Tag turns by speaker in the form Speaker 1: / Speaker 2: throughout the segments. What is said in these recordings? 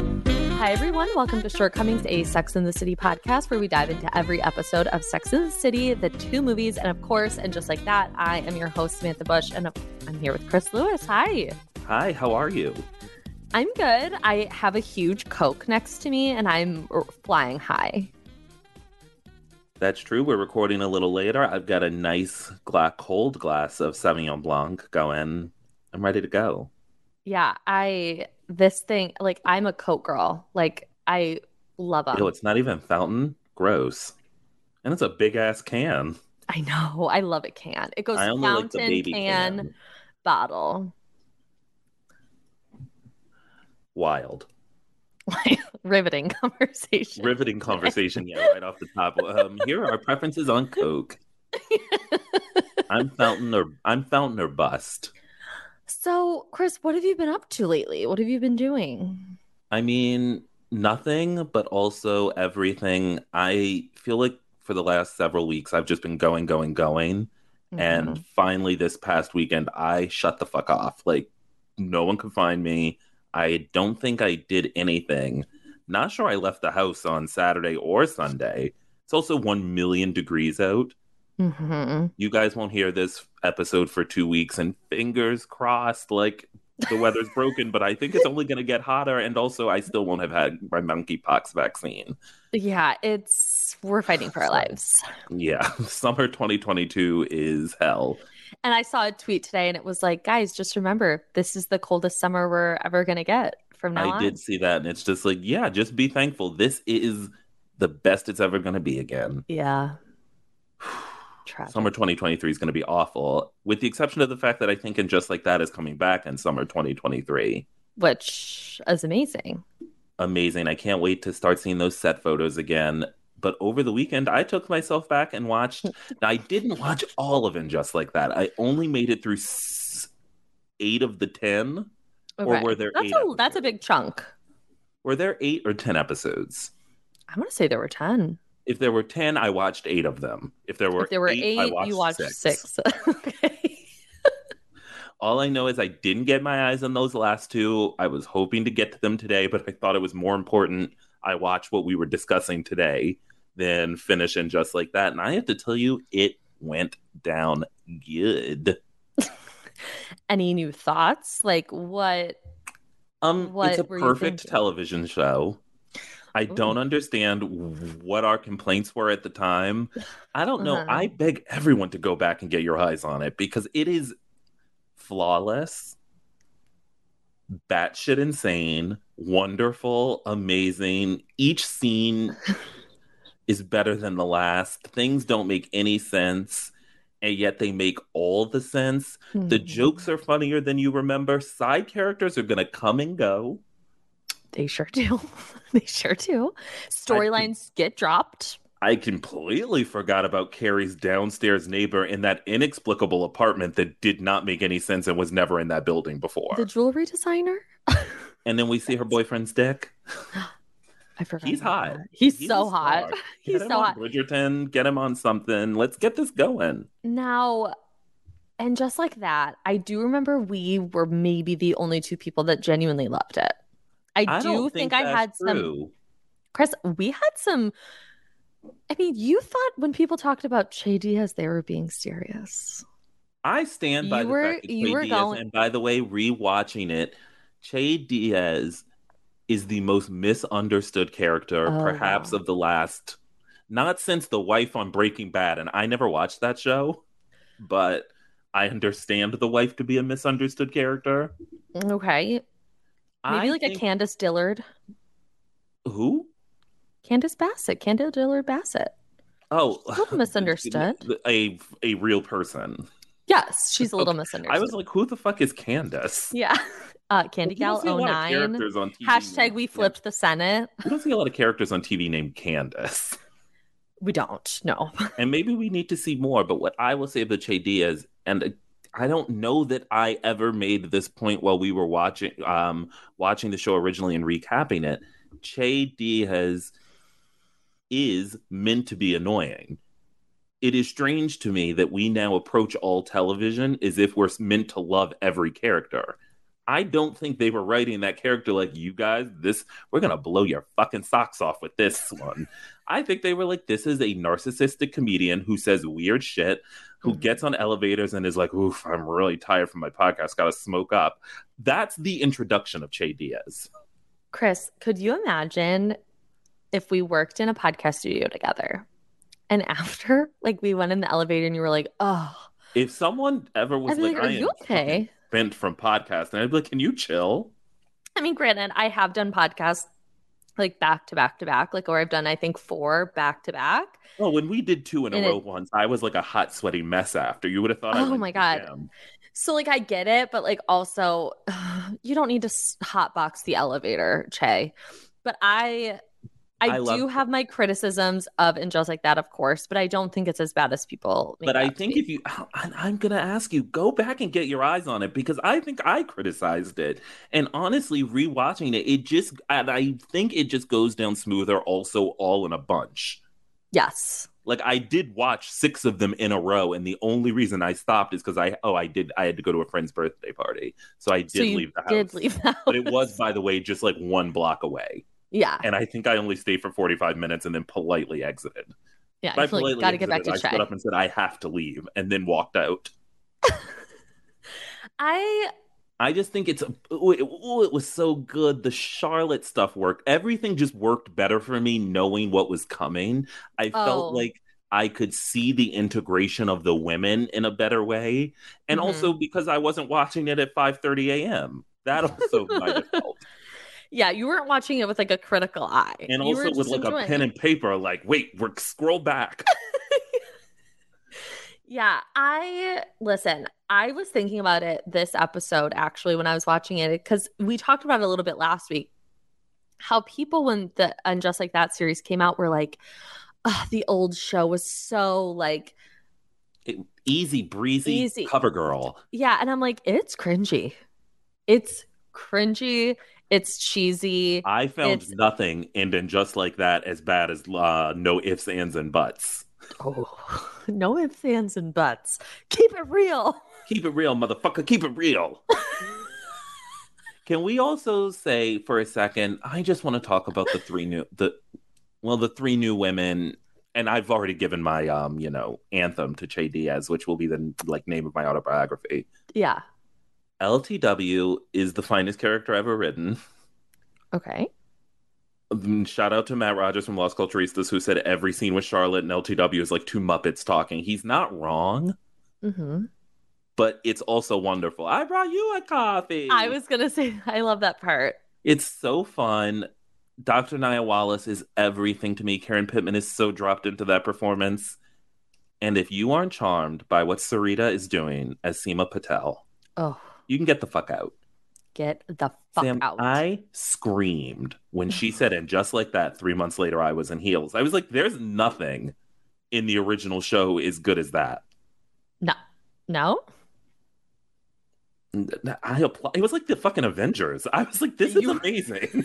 Speaker 1: Hi, everyone. Welcome to Shortcomings, a Sex in the City podcast where we dive into every episode of Sex in the City, the two movies, and of course, and just like that, I am your host, Samantha Bush, and I'm here with Chris Lewis. Hi.
Speaker 2: Hi, how are you?
Speaker 1: I'm good. I have a huge Coke next to me and I'm flying high.
Speaker 2: That's true. We're recording a little later. I've got a nice gla- cold glass of Sauvignon Blanc going. I'm ready to go.
Speaker 1: Yeah, I this thing like I'm a Coke girl. Like I love them.
Speaker 2: Ew, it's not even fountain. Gross. And it's a big ass can.
Speaker 1: I know. I love it. Can it goes
Speaker 2: I only like the
Speaker 1: fountain
Speaker 2: baby
Speaker 1: can,
Speaker 2: can.
Speaker 1: bottle.
Speaker 2: Wild.
Speaker 1: Riveting conversation.
Speaker 2: Riveting conversation. Yeah, right off the top. Um, here are our preferences on Coke. I'm fountain or I'm fountain or bust.
Speaker 1: so, Chris, what have you been up to lately? What have you been doing?
Speaker 2: I mean, nothing, but also everything. I feel like for the last several weeks, I've just been going, going, going.
Speaker 1: Mhm.
Speaker 2: And finally, this past weekend, I shut the fuck off. Like, no one could find me. I don't think I did anything. Not sure I left the house on Saturday or Sunday. It's also 1 million degrees out.
Speaker 1: Mhm.
Speaker 2: You guys won't hear this episode for two weeks, and fingers crossed, like the weather's broken, but I think it's only going to get hotter. And also, I still won't have had my monkeypox vaccine.
Speaker 1: yeah, it's we're fighting for our
Speaker 2: So-
Speaker 1: lives.
Speaker 2: Yeah, summer 2022 is hell.
Speaker 1: And I saw a tweet today, and it was like, guys, just remember, this is the coldest summer we're ever gonna get from now
Speaker 2: I
Speaker 1: on.
Speaker 2: did see that, and it's just like, yeah, just be thankful. This is the best it's ever going to be again.
Speaker 1: Yeah. Tragic.
Speaker 2: Summer 2023 is going to be awful, with the exception of the fact that I think and just like that is coming back in summer 2023.
Speaker 1: which is amazing.
Speaker 2: Amazing! I can't wait to start seeing those set photos again. But over the weekend, I took myself back and watched. now, I didn't watch all of and just like that. I only made it through s- eight of the ten. Or were there
Speaker 1: that's
Speaker 2: eight
Speaker 1: a that's a
Speaker 2: episodes?
Speaker 1: big chunk.
Speaker 2: Were there eight or ten episodes?
Speaker 1: I want to say there were ten.
Speaker 2: If there were ten, I watched eight of them. If there were,
Speaker 1: if there were eight,
Speaker 2: I watched
Speaker 1: you watched six. okay.
Speaker 2: All I know is I didn't get my eyes on those last two. I was hoping to get to them today, but I thought it was more important. I watched what we were discussing today than finish and just like that. And I have to tell you, it went down good.
Speaker 1: Any new thoughts? Like what?
Speaker 2: Um,
Speaker 1: What
Speaker 2: it's a
Speaker 1: were you
Speaker 2: perfect
Speaker 1: thinking?
Speaker 2: television show. I
Speaker 1: Ooh.
Speaker 2: don't understand what our complaints were at the time. I don't know.
Speaker 1: Uh-huh.
Speaker 2: I beg everyone to go back and get your eyes on it because it is flawless, batshit insane, wonderful, amazing. Each scene is better than the last. Things don't make any sense, and yet they make all the sense. The
Speaker 1: Hmm,
Speaker 2: jokes are funnier than you remember. Side characters are going to come and go.
Speaker 1: They sure do. they sure do. Storylines get dropped.
Speaker 2: I completely forgot about Carrie's downstairs neighbor in that inexplicable apartment that did not make any sense and was never in that building before.
Speaker 1: The jewelry designer.
Speaker 2: and then we see her boyfriend's dick.
Speaker 1: I forgot.
Speaker 2: He's
Speaker 1: about
Speaker 2: hot.
Speaker 1: that. He's,
Speaker 2: He's
Speaker 1: so
Speaker 2: a
Speaker 1: hot.
Speaker 2: star.
Speaker 1: He's
Speaker 2: get him
Speaker 1: so
Speaker 2: on
Speaker 1: hot.
Speaker 2: Bridgerton, get him on something. Let's get this going.
Speaker 1: Now, and just like that, I do remember we were maybe the only two people that genuinely loved it. I,
Speaker 2: I
Speaker 1: do
Speaker 2: don't
Speaker 1: think,
Speaker 2: think,
Speaker 1: I
Speaker 2: that's
Speaker 1: had some,
Speaker 2: true.
Speaker 1: Chris, we had some. I mean, you thought when people talked about Che Diaz, they were being serious.
Speaker 2: I stand by
Speaker 1: You
Speaker 2: the
Speaker 1: were-
Speaker 2: fact that
Speaker 1: you
Speaker 2: Che
Speaker 1: were
Speaker 2: Diaz,
Speaker 1: going-
Speaker 2: and by the way, rewatching it, Che Diaz is the most misunderstood character,
Speaker 1: Oh,
Speaker 2: perhaps
Speaker 1: wow.
Speaker 2: of the last, not since the wife on Breaking Bad, and I never watched that show, but I understand the wife to be a misunderstood character.
Speaker 1: Okay. Maybe
Speaker 2: I
Speaker 1: like
Speaker 2: think-
Speaker 1: a Candace Dillard,
Speaker 2: who?
Speaker 1: Candace Bassett, Candace Dillard Bassett.
Speaker 2: Oh,
Speaker 1: She's a little misunderstood.
Speaker 2: A a real person.
Speaker 1: Yes, she's a little misunderstood.
Speaker 2: I was like, who the fuck is Candace?
Speaker 1: yeah. Uh, Candy
Speaker 2: You don't
Speaker 1: Gal
Speaker 2: see a lot of
Speaker 1: 09.
Speaker 2: characters on TV
Speaker 1: Hashtag
Speaker 2: named
Speaker 1: we flipped the Senate.
Speaker 2: We don't see a lot of characters on TV named Candace.
Speaker 1: We don't. No.
Speaker 2: And maybe we need to see more, but what I will say about Che Diaz, and uh, I don't know that I ever made this point while we were watching um watching the show originally and recapping it. Che Diaz is meant to be annoying. It is strange to me that we now approach all television as if we're meant to love every character. I don't think they were writing that character like you guys. This we're gonna blow your fucking socks off with this one. I think they were like, this is a narcissistic comedian who says weird shit, who
Speaker 1: Mhm.
Speaker 2: gets on elevators and is like, "Oof, I'm really tired from my podcast. Gotta smoke up." That's the introduction of Che Diaz.
Speaker 1: Chris, could you imagine if we worked in a podcast studio together? And after, like, we went in the elevator and you were like, oh,
Speaker 2: If someone ever was
Speaker 1: I'd be
Speaker 2: like,
Speaker 1: like, are
Speaker 2: "I am
Speaker 1: you okay?
Speaker 2: bent from podcast," and I'd be like, "Can you chill?"
Speaker 1: I mean, granted, I have done podcasts like back to back to back, like, or I've done, I think, four back to back.
Speaker 2: Well, when we did two in a
Speaker 1: And
Speaker 2: row
Speaker 1: it-
Speaker 2: once, I was like a hot, sweaty mess after. You would have thought, I
Speaker 1: Oh
Speaker 2: went to
Speaker 1: my
Speaker 2: the
Speaker 1: God.
Speaker 2: gym.
Speaker 1: So, like, I get it, but like, also, you don't need to s- hotbox the elevator, Che. But I. I,
Speaker 2: I love-
Speaker 1: do have my criticisms of and just like that, of course, but I don't think it's as bad as people. make
Speaker 2: But
Speaker 1: it
Speaker 2: I
Speaker 1: out to
Speaker 2: think
Speaker 1: be.
Speaker 2: if you, I- I'm going to ask you, go back and get your eyes on it because I think I criticized it. And honestly, rewatching it, it just, and I think it just goes down smoother also all in a bunch.
Speaker 1: yes,
Speaker 2: Like I did watch six of them in a row, and the only reason I stopped is because I oh I did I had to go to a friend's birthday party, so I did
Speaker 1: so you
Speaker 2: leave the house.
Speaker 1: did leave the house.
Speaker 2: But it was, by the way, just like one block away.
Speaker 1: Yeah.
Speaker 2: and I think I only stayed for 45 minutes and then politely exited.
Speaker 1: Yeah.
Speaker 2: By
Speaker 1: I feel like
Speaker 2: politely
Speaker 1: got to get back to
Speaker 2: exited, I
Speaker 1: Shay.
Speaker 2: stood up and said I have to leave, and then walked out.
Speaker 1: I,
Speaker 2: I just think it's ooh, it, ooh, it was so good. The Charlotte stuff worked. Everything just worked better for me knowing what was coming. I
Speaker 1: Oh.
Speaker 2: felt like I could see the integration of the women in a better way, and
Speaker 1: Mhm.
Speaker 2: also because I wasn't watching it at 5:30 a.m. That also might have helped.
Speaker 1: yeah, you weren't watching it with like a critical eye.
Speaker 2: And
Speaker 1: You were
Speaker 2: also with
Speaker 1: just
Speaker 2: like a
Speaker 1: enjoying
Speaker 2: pen
Speaker 1: it.
Speaker 2: and paper, like, wait, we're scroll back.
Speaker 1: Yeah, I listen. I was thinking about it this episode actually when I was watching it because we talked about it a little bit last week. How people when the and just like that series came out were like, Ugh, the old show was so like
Speaker 2: Easy breezy
Speaker 1: Easy.
Speaker 2: cover girl.
Speaker 1: yeah, and I'm like it's cringy, it's cringy, it's cheesy.
Speaker 2: I found
Speaker 1: It's-
Speaker 2: nothing and then just like that as bad as uh, no ifs, ands, and buts.
Speaker 1: Oh, no ifs, ands, and buts. Keep it real.
Speaker 2: Keep it real, motherfucker. Keep it real. Can we also say for a second? I just want to talk about the three new the well, the three new women. And I've already given my um, you know, anthem to Che Diaz, which will be the like name of my autobiography.
Speaker 1: Yeah.
Speaker 2: LTW is the finest character ever written.
Speaker 1: Okay.
Speaker 2: Mm, Shout out to Matt Rogers from Los Culturistas who said every scene with Charlotte and LTW is like two Muppets talking. He's not wrong.
Speaker 1: hmm
Speaker 2: but it's also wonderful. I brought you a coffee.
Speaker 1: I was gonna say I love that part.
Speaker 2: It's so fun. Dr. Nia Wallace is everything to me. Karen Pittman is so dropped into that performance. And if you aren't charmed by what Sarita is doing as Seema Patel,
Speaker 1: Oh,
Speaker 2: you can get the fuck out.
Speaker 1: get the fuck
Speaker 2: Sam,
Speaker 1: out.
Speaker 2: I screamed when she said, and just like that, three months later, I was in heels. I was like, there's nothing in the original show as good as that.
Speaker 1: no.
Speaker 2: And I applied. It was like the fucking Avengers. I was like, this is
Speaker 1: You-
Speaker 2: amazing.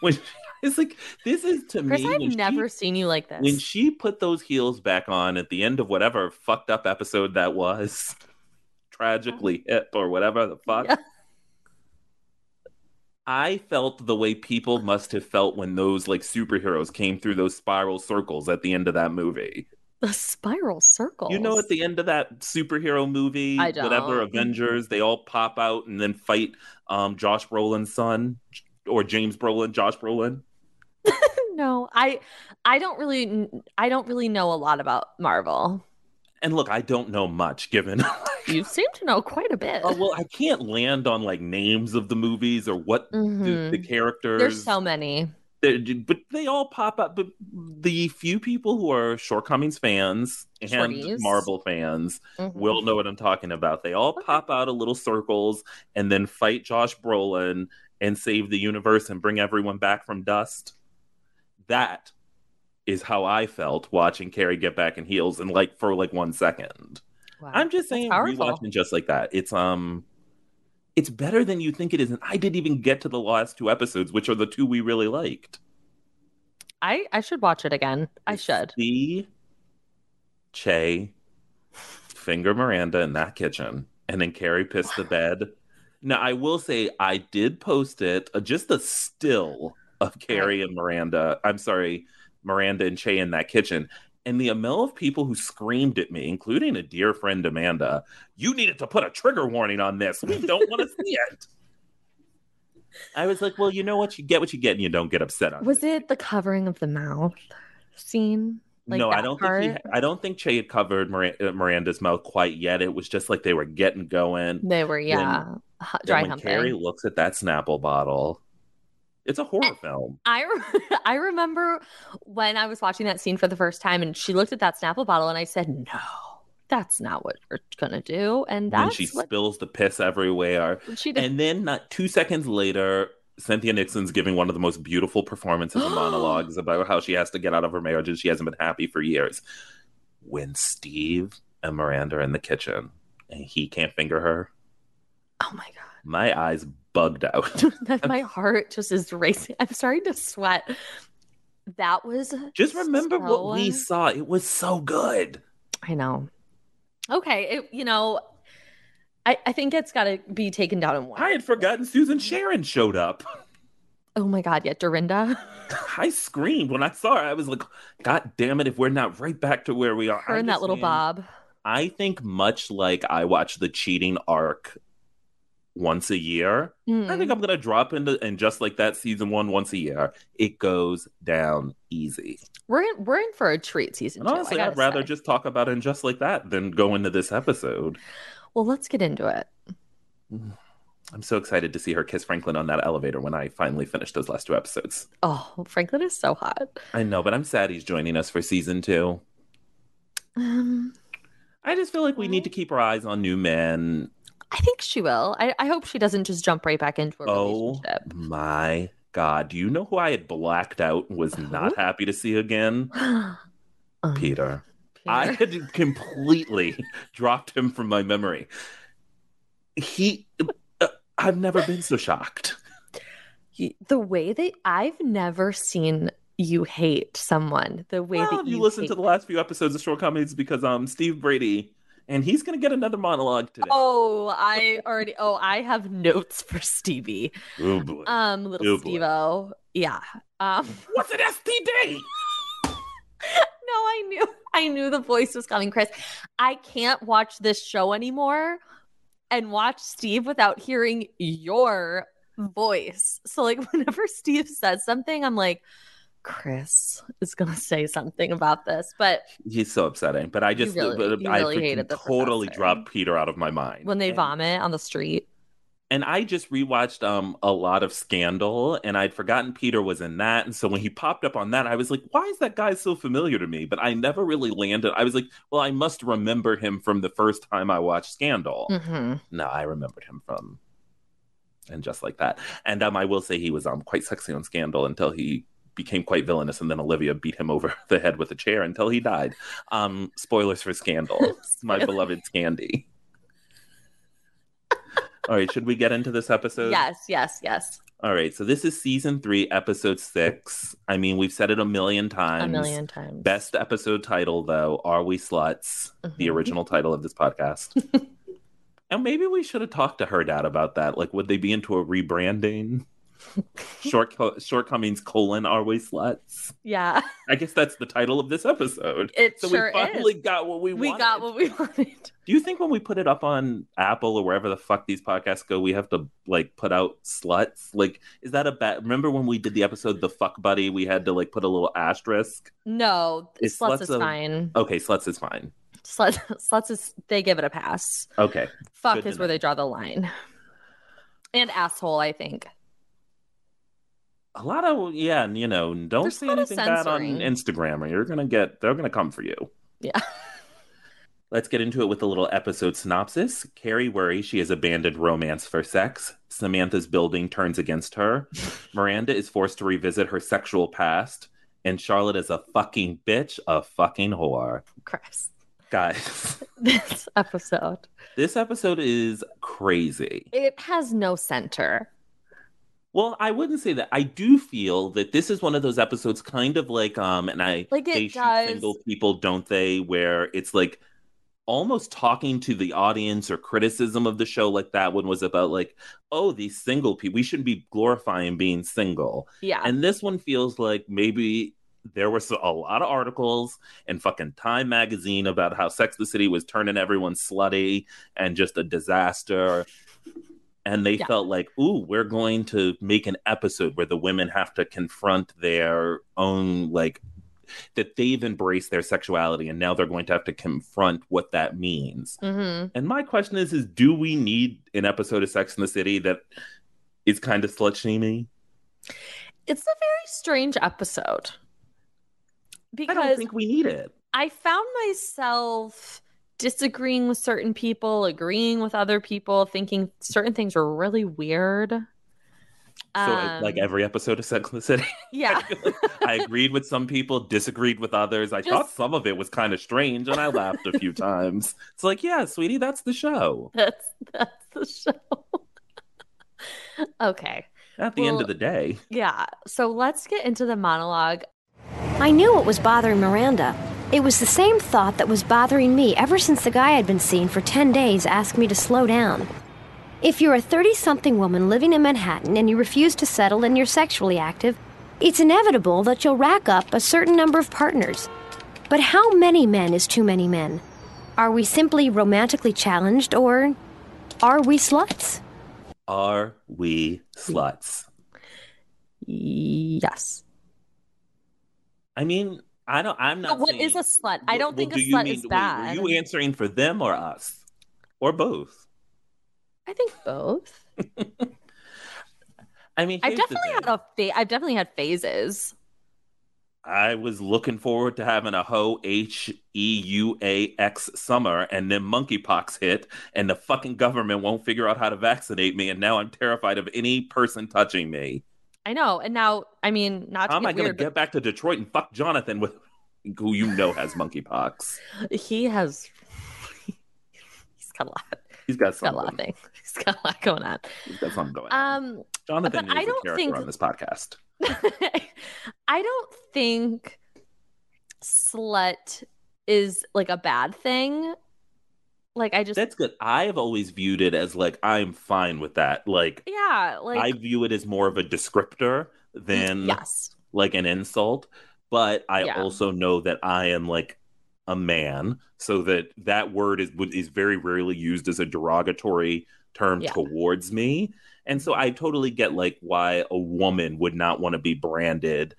Speaker 2: when she, it's like, this is to
Speaker 1: Chris,
Speaker 2: me. when
Speaker 1: I've
Speaker 2: she-
Speaker 1: never seen you like this.
Speaker 2: when she put those heels back on at the end of whatever fucked up episode that was, tragically hip or whatever the fuck.
Speaker 1: Uh-huh. Yeah.
Speaker 2: I felt the way people must have felt when those like superheroes came through those spiral circles at the end of that movie.
Speaker 1: the spiral circle.
Speaker 2: You know, at the end of that superhero movie,
Speaker 1: I
Speaker 2: whatever
Speaker 1: don't.
Speaker 2: Avengers, they all pop out and then fight um, Josh Brolin's son or James Brolin, Josh Brolin.
Speaker 1: no, I I don't really I don't really know a lot about Marvel.
Speaker 2: And look, I don't know much given.
Speaker 1: You seem to know quite a bit.
Speaker 2: oh, well, I can't land on like names of the movies or what the,
Speaker 1: Mhm.
Speaker 2: the characters.
Speaker 1: There's so many.
Speaker 2: They're- but they all pop up. But the few people who are Shortcomings fans and
Speaker 1: Shorties.
Speaker 2: Marvel fans
Speaker 1: Mhm.
Speaker 2: will know what I'm talking about. They all
Speaker 1: Okay.
Speaker 2: pop out of little circles and then fight Josh Brolin and save the universe and bring everyone back from dust. That is how I felt watching Carrie get back in heels and like for like one second.
Speaker 1: Wow.
Speaker 2: I'm just
Speaker 1: That's
Speaker 2: saying
Speaker 1: powerful.
Speaker 2: rewatching just like that. It's um it's better than you think it is. And I didn't even get to the last two episodes, which are the two we really liked.
Speaker 1: I I should watch it again. I
Speaker 2: It's
Speaker 1: should.
Speaker 2: The Che finger Miranda in that kitchen, and then Carrie pissed the bed, Now, I will say I did post it, uh, just a still of Carrie and Miranda. I'm sorry, Miranda and Che in that kitchen. And the amount of people who screamed at me, including a dear friend, Amanda, you needed to put a trigger warning on this. We don't want to see it. I was like, well, you know what? You get what you get and you don't get upset on
Speaker 1: Was it the covering of the mouth scene? like,
Speaker 2: no, I
Speaker 1: that
Speaker 2: don't think
Speaker 1: part?
Speaker 2: he, I don't think Che had covered Miran- uh, Miranda's mouth quite yet. It was just like they were getting going.
Speaker 1: They were, yeah, hu-
Speaker 2: Then
Speaker 1: dry
Speaker 2: when
Speaker 1: humping.
Speaker 2: Carrie looks at that Snapple bottle, it's a horror film.
Speaker 1: I re- I remember when I was watching that scene for the first time, and she looked at that Snapple bottle, and I said, "No, that's not what we're gonna do." And
Speaker 2: When
Speaker 1: that's
Speaker 2: she
Speaker 1: what
Speaker 2: spills the piss everywhere,
Speaker 1: she did.
Speaker 2: and then not two seconds later, Cynthia Nixon's giving one of the most beautiful performances and monologues about how she has to get out of her marriage and she hasn't been happy for years. When Steve and Miranda are in the kitchen and he can't finger her,
Speaker 1: oh my god,
Speaker 2: my eyes bugged out.
Speaker 1: That- my heart just is racing. I'm starting to sweat. That was
Speaker 2: Just remember what we
Speaker 1: so-
Speaker 2: saw. It was so good.
Speaker 1: I know. Okay, it, you know, I I think it's got to be taken down in one.
Speaker 2: I had forgotten Susan
Speaker 1: Mm-hmm.
Speaker 2: Sharon showed up.
Speaker 1: oh my god, yeah, Dorinda.
Speaker 2: I screamed when I saw her. I was like, God damn it, if we're not right back to where we are.
Speaker 1: Her
Speaker 2: I
Speaker 1: and that little
Speaker 2: understand-
Speaker 1: Bob.
Speaker 2: I think much like I watch the cheating arc once a year, I
Speaker 1: Mm.
Speaker 2: think I'm gonna drop into and just like that season one once a year, it goes down easy.
Speaker 1: Mm-hmm. We're in, we're in for a treat season
Speaker 2: And
Speaker 1: two. I
Speaker 2: honestly,
Speaker 1: gotta
Speaker 2: I'd rather
Speaker 1: say.
Speaker 2: just talk about it and just like that than go into this episode.
Speaker 1: Well, let's get into it.
Speaker 2: I'm so excited to see her kiss Franklin on that elevator when I finally finish those last two episodes.
Speaker 1: Oh, Franklin is so hot.
Speaker 2: I know, but I'm sad he's joining us for season two.
Speaker 1: Um,
Speaker 2: I just feel like we need to keep our eyes on new men.
Speaker 1: I think she will. I, I hope she doesn't just jump right back into a
Speaker 2: Oh
Speaker 1: relationship.
Speaker 2: my God. Do you know who I had blacked out and was not
Speaker 1: Who?
Speaker 2: happy to see again?
Speaker 1: Um,
Speaker 2: Peter.
Speaker 1: Peter.
Speaker 2: I had completely dropped him from my memory. He, uh, I've never been so shocked.
Speaker 1: You- the way that I've never seen you hate someone. The way
Speaker 2: Well,
Speaker 1: that
Speaker 2: if you listen to
Speaker 1: hate-
Speaker 2: the last few episodes of Short Comedies because um, Steve Brady, and he's going to get another monologue today.
Speaker 1: Oh, I already. Oh, I have notes for Stevie.
Speaker 2: Oh, boy.
Speaker 1: Um, little
Speaker 2: Oh, boy.
Speaker 1: Stevo. Yeah. Um,
Speaker 2: What's an STD?
Speaker 1: no, I knew. I knew the voice was coming, Chris. I can't watch this show anymore and watch Steve without hearing your voice. So, like, whenever Steve says something, I'm like, Chris is gonna say something about this. But
Speaker 2: He's so upsetting, but I just
Speaker 1: really-
Speaker 2: but
Speaker 1: you
Speaker 2: I
Speaker 1: really
Speaker 2: could
Speaker 1: hated the
Speaker 2: totally
Speaker 1: professor.
Speaker 2: dropped Peter out of my mind
Speaker 1: when they
Speaker 2: and,
Speaker 1: vomit on the street,
Speaker 2: And I just rewatched um a lot of Scandal, and I'd forgotten Peter was in that, and so when he popped up on that, I was like, why is that guy so familiar to me? But I never really landed. I was like, well, I must remember him from the first time I watched Scandal.
Speaker 1: Mhm.
Speaker 2: No, I remembered him from, and just like that. And um, I will say he was um quite sexy on Scandal until he became quite villainous, and then Olivia beat him over the head with a chair until he died. Um, spoilers for Scandal, my beloved Scandy. All right, should we get into this episode?
Speaker 1: yes, yes, yes,
Speaker 2: All right, so this is season three, episode six. I mean, we've said it a million times.
Speaker 1: a million times.
Speaker 2: Best episode title though, Are We Sluts? the
Speaker 1: Mhm.
Speaker 2: original title of this podcast. and maybe we should have talked to her dad about that. Like, would they be into a rebranding? Short shortcomings colon are we sluts?
Speaker 1: Yeah,
Speaker 2: I guess that's the title of this episode.
Speaker 1: it
Speaker 2: So
Speaker 1: sure
Speaker 2: we finally
Speaker 1: is.
Speaker 2: got what we,
Speaker 1: We
Speaker 2: wanted.
Speaker 1: got what we wanted.
Speaker 2: Do you think when we put it up on Apple or wherever the fuck these podcasts go, we have to like put out sluts? Like, is that a bad? Remember when we did the episode "The Fuck Buddy"? We had to like put a little asterisk.
Speaker 1: No,
Speaker 2: It's
Speaker 1: sluts
Speaker 2: sluts
Speaker 1: is
Speaker 2: of-
Speaker 1: fine.
Speaker 2: Okay, sluts is fine.
Speaker 1: Sluts, sluts is they give it a pass.
Speaker 2: Okay,
Speaker 1: Fuck
Speaker 2: Good to
Speaker 1: is where
Speaker 2: know.
Speaker 1: they draw the line. And asshole, I think.
Speaker 2: a lot of yeah, and, you know, don't
Speaker 1: There's a
Speaker 2: say
Speaker 1: lot of
Speaker 2: anything bad on
Speaker 1: censoring.
Speaker 2: Instagram, or you're gonna get they're gonna come for you.
Speaker 1: Yeah.
Speaker 2: Let's get into it with a little episode synopsis. Carrie worries she has abandoned romance for sex. Samantha's building turns against her. Miranda is forced to revisit her sexual past, and Charlotte is a fucking bitch, a fucking whore.
Speaker 1: Chris,
Speaker 2: Guys,
Speaker 1: this episode.
Speaker 2: this episode is crazy.
Speaker 1: It has no center.
Speaker 2: Well, I wouldn't say that. I do feel that this is one of those episodes, kind of like um, and I
Speaker 1: Like, it
Speaker 2: they shoot
Speaker 1: does-
Speaker 2: single people, don't they? Where it's like, almost talking to the audience or criticism of the show like that one was about like oh these single people we shouldn't be glorifying being single
Speaker 1: Yeah.
Speaker 2: and this one feels like maybe there was a lot of articles in fucking Time magazine about how Sex and the City was turning everyone slutty and just a disaster. And they
Speaker 1: Yeah.
Speaker 2: felt like, ooh, we're going to make an episode where the women have to confront their own, like, that they've embraced their sexuality and now they're going to have to confront what that means.
Speaker 1: hmm
Speaker 2: And my question is, is do we need an episode of Sex in the City that is kind of slut shaming?
Speaker 1: It's a very strange episode because
Speaker 2: I don't think we need it.
Speaker 1: I found myself disagreeing with certain people, agreeing with other people, thinking certain things were really weird.
Speaker 2: So, it's like
Speaker 1: Um,
Speaker 2: every episode of Sex and the City,
Speaker 1: yeah,
Speaker 2: I agreed with some people, disagreed with others. I thought
Speaker 1: Just-
Speaker 2: some of it was kind of strange, and I laughed a few times. It's like, yeah, sweetie, that's the show.
Speaker 1: that's that's the show. okay,
Speaker 2: At the end
Speaker 1: Well-
Speaker 2: of the day,
Speaker 1: yeah. So let's get into the monologue.
Speaker 3: I knew what was bothering Miranda. It was the same thought that was bothering me ever since the guy I'd been seeing for 10 days asked me to slow down. If you're a 30 something woman living in Manhattan and you refuse to settle and you're sexually active, it's inevitable that you'll rack up a certain number of partners. But how many men is too many men? Are we simply romantically challenged or are we sluts?
Speaker 2: are we sluts?
Speaker 1: Yes.
Speaker 2: I mean, I don't. I'm not.
Speaker 1: But what is a
Speaker 2: saying-
Speaker 1: slut? I don't
Speaker 2: Well,
Speaker 1: think
Speaker 2: do
Speaker 1: a
Speaker 2: you
Speaker 1: slut
Speaker 2: mean-
Speaker 1: is
Speaker 2: wait,
Speaker 1: bad.
Speaker 2: Were you answering for them or us, or both?
Speaker 1: I think both.
Speaker 2: I mean,
Speaker 1: I've
Speaker 2: here's the
Speaker 1: definitely had
Speaker 2: thing.
Speaker 1: a fa- I've definitely had phases.
Speaker 2: I was looking forward to having a hoe H E U A X summer, and then monkeypox hit, and the fucking government won't figure out how to vaccinate me, and now I'm terrified of any person touching me.
Speaker 1: I know. And now, I mean, not to
Speaker 2: How am
Speaker 1: get
Speaker 2: I going to
Speaker 1: weird, but
Speaker 2: get back to Detroit and fuck Jonathan with who you know has monkeypox?
Speaker 1: he has he's got a lot. He's
Speaker 2: He's got
Speaker 1: got a
Speaker 2: something.
Speaker 1: lot of things. He's got a lot going on.
Speaker 2: He's got something going. on.
Speaker 1: Um
Speaker 2: Jonathan
Speaker 1: but
Speaker 2: is
Speaker 1: I
Speaker 2: a
Speaker 1: don't
Speaker 2: character
Speaker 1: think-
Speaker 2: on this podcast.
Speaker 1: I don't think slut is like a bad thing. Like I just
Speaker 2: That's good. I've always viewed it as like I'm fine with that. Like,
Speaker 1: yeah, like
Speaker 2: I view it as more of a descriptor than
Speaker 1: yes.
Speaker 2: like an insult, but I
Speaker 1: Yeah.
Speaker 2: also know that I am like a man, so that that word is would- is very rarely used as a derogatory term
Speaker 1: Yeah.
Speaker 2: towards me, and so I totally get like why a woman would not want to be branded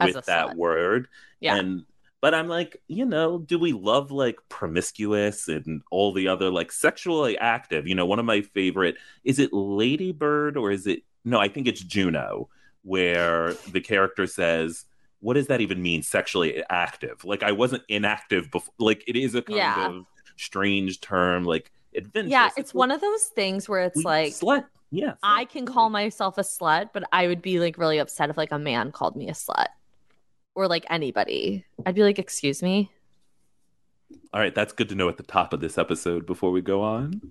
Speaker 1: As
Speaker 2: with
Speaker 1: a
Speaker 2: that
Speaker 1: slut.
Speaker 2: word,
Speaker 1: Yeah.
Speaker 2: and. But I'm like, you know, do we love like promiscuous and all the other like sexually active? You know, one of my favorite is it Ladybird or is it no, I think it's Juno where the character says, "What does that even mean? Sexually active? Like I wasn't inactive before. Like it is a kind
Speaker 1: Yeah.
Speaker 2: of strange term. Like adventure.
Speaker 1: Yeah, it's one of those things where it's like
Speaker 2: slut. Yeah,
Speaker 1: I
Speaker 2: slut.
Speaker 1: can call myself a slut, but I would be like really upset if like a man called me a slut or like anybody. I'd be like, "Excuse me."
Speaker 2: All right, that's good to know at the top of this episode before we go on.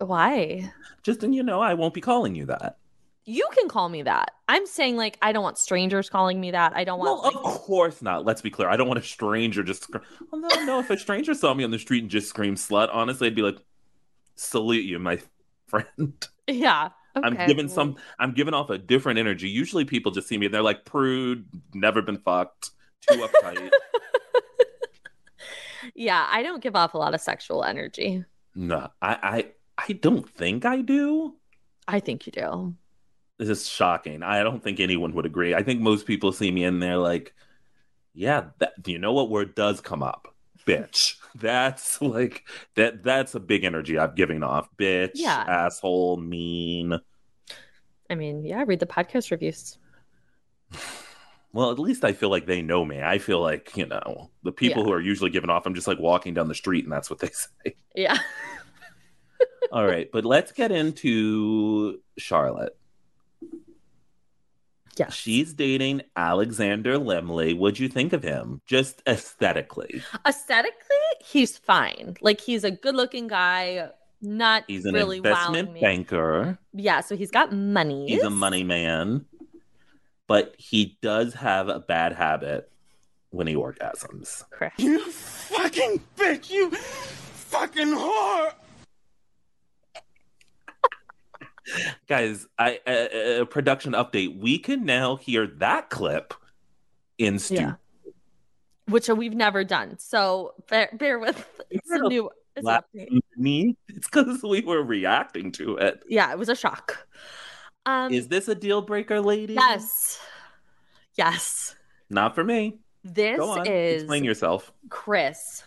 Speaker 1: Why?
Speaker 2: Just and you know, I won't be calling you that.
Speaker 1: You can call me that. I'm saying like I don't want strangers calling me that. I don't want
Speaker 2: Well, of course not. Let's be clear. I don't want a stranger just. Scream. Oh, no, no. If a stranger saw me on the street and just screamed "slut," honestly, I'd be like, "Salute you, my friend."
Speaker 1: like yeah.
Speaker 2: I'm
Speaker 1: okay,
Speaker 2: giving
Speaker 1: well,
Speaker 2: some. I'm giving off a different energy. Usually, people just see me and they're like, "Prude, never been fucked, too uptight."
Speaker 1: Yeah, I don't give off a lot of sexual energy.
Speaker 2: no, I, I, I don't think I do.
Speaker 1: I think you do.
Speaker 2: This is shocking. I don't think anyone would agree. I think most people see me and they're like, "Yeah, that, you know what word does come up, bitch." That's like that. That's a big energy I'm giving off, bitch,
Speaker 1: Yeah.
Speaker 2: asshole, mean.
Speaker 1: I mean, yeah, read the podcast reviews.
Speaker 2: Well, at least I feel like they know me. I feel like, you know, the people
Speaker 1: Yeah.
Speaker 2: who are usually giving off, I'm just like walking down the street and that's what they say.
Speaker 1: Yeah.
Speaker 2: All right. But let's get into Charlotte.
Speaker 1: Yeah.
Speaker 2: She's dating Alexander Lemley. What'd you think of him? Just aesthetically.
Speaker 1: Aesthetically, he's fine. Like he's a good-looking guy, not
Speaker 2: He's an
Speaker 1: really wowing
Speaker 2: investment
Speaker 1: me.
Speaker 2: banker,
Speaker 1: Yeah, so he's got money.
Speaker 2: he's a money man, but he does have a bad habit when he orgasms.
Speaker 1: Correct.
Speaker 4: You fucking bitch, you
Speaker 2: guys, I a, a production update. We can now hear that clip in studio.
Speaker 1: which we've never done. So bear, bear with it's a
Speaker 2: Yeah.
Speaker 1: new. It's
Speaker 2: La-
Speaker 1: update.
Speaker 2: Me, It's because we were reacting to it.
Speaker 1: Yeah, it was a shock. Um,
Speaker 2: Is this a deal breaker, lady?
Speaker 1: yes, yes.
Speaker 2: Not for me.
Speaker 1: This
Speaker 2: Go on.
Speaker 1: is
Speaker 2: Explain yourself.
Speaker 1: Chris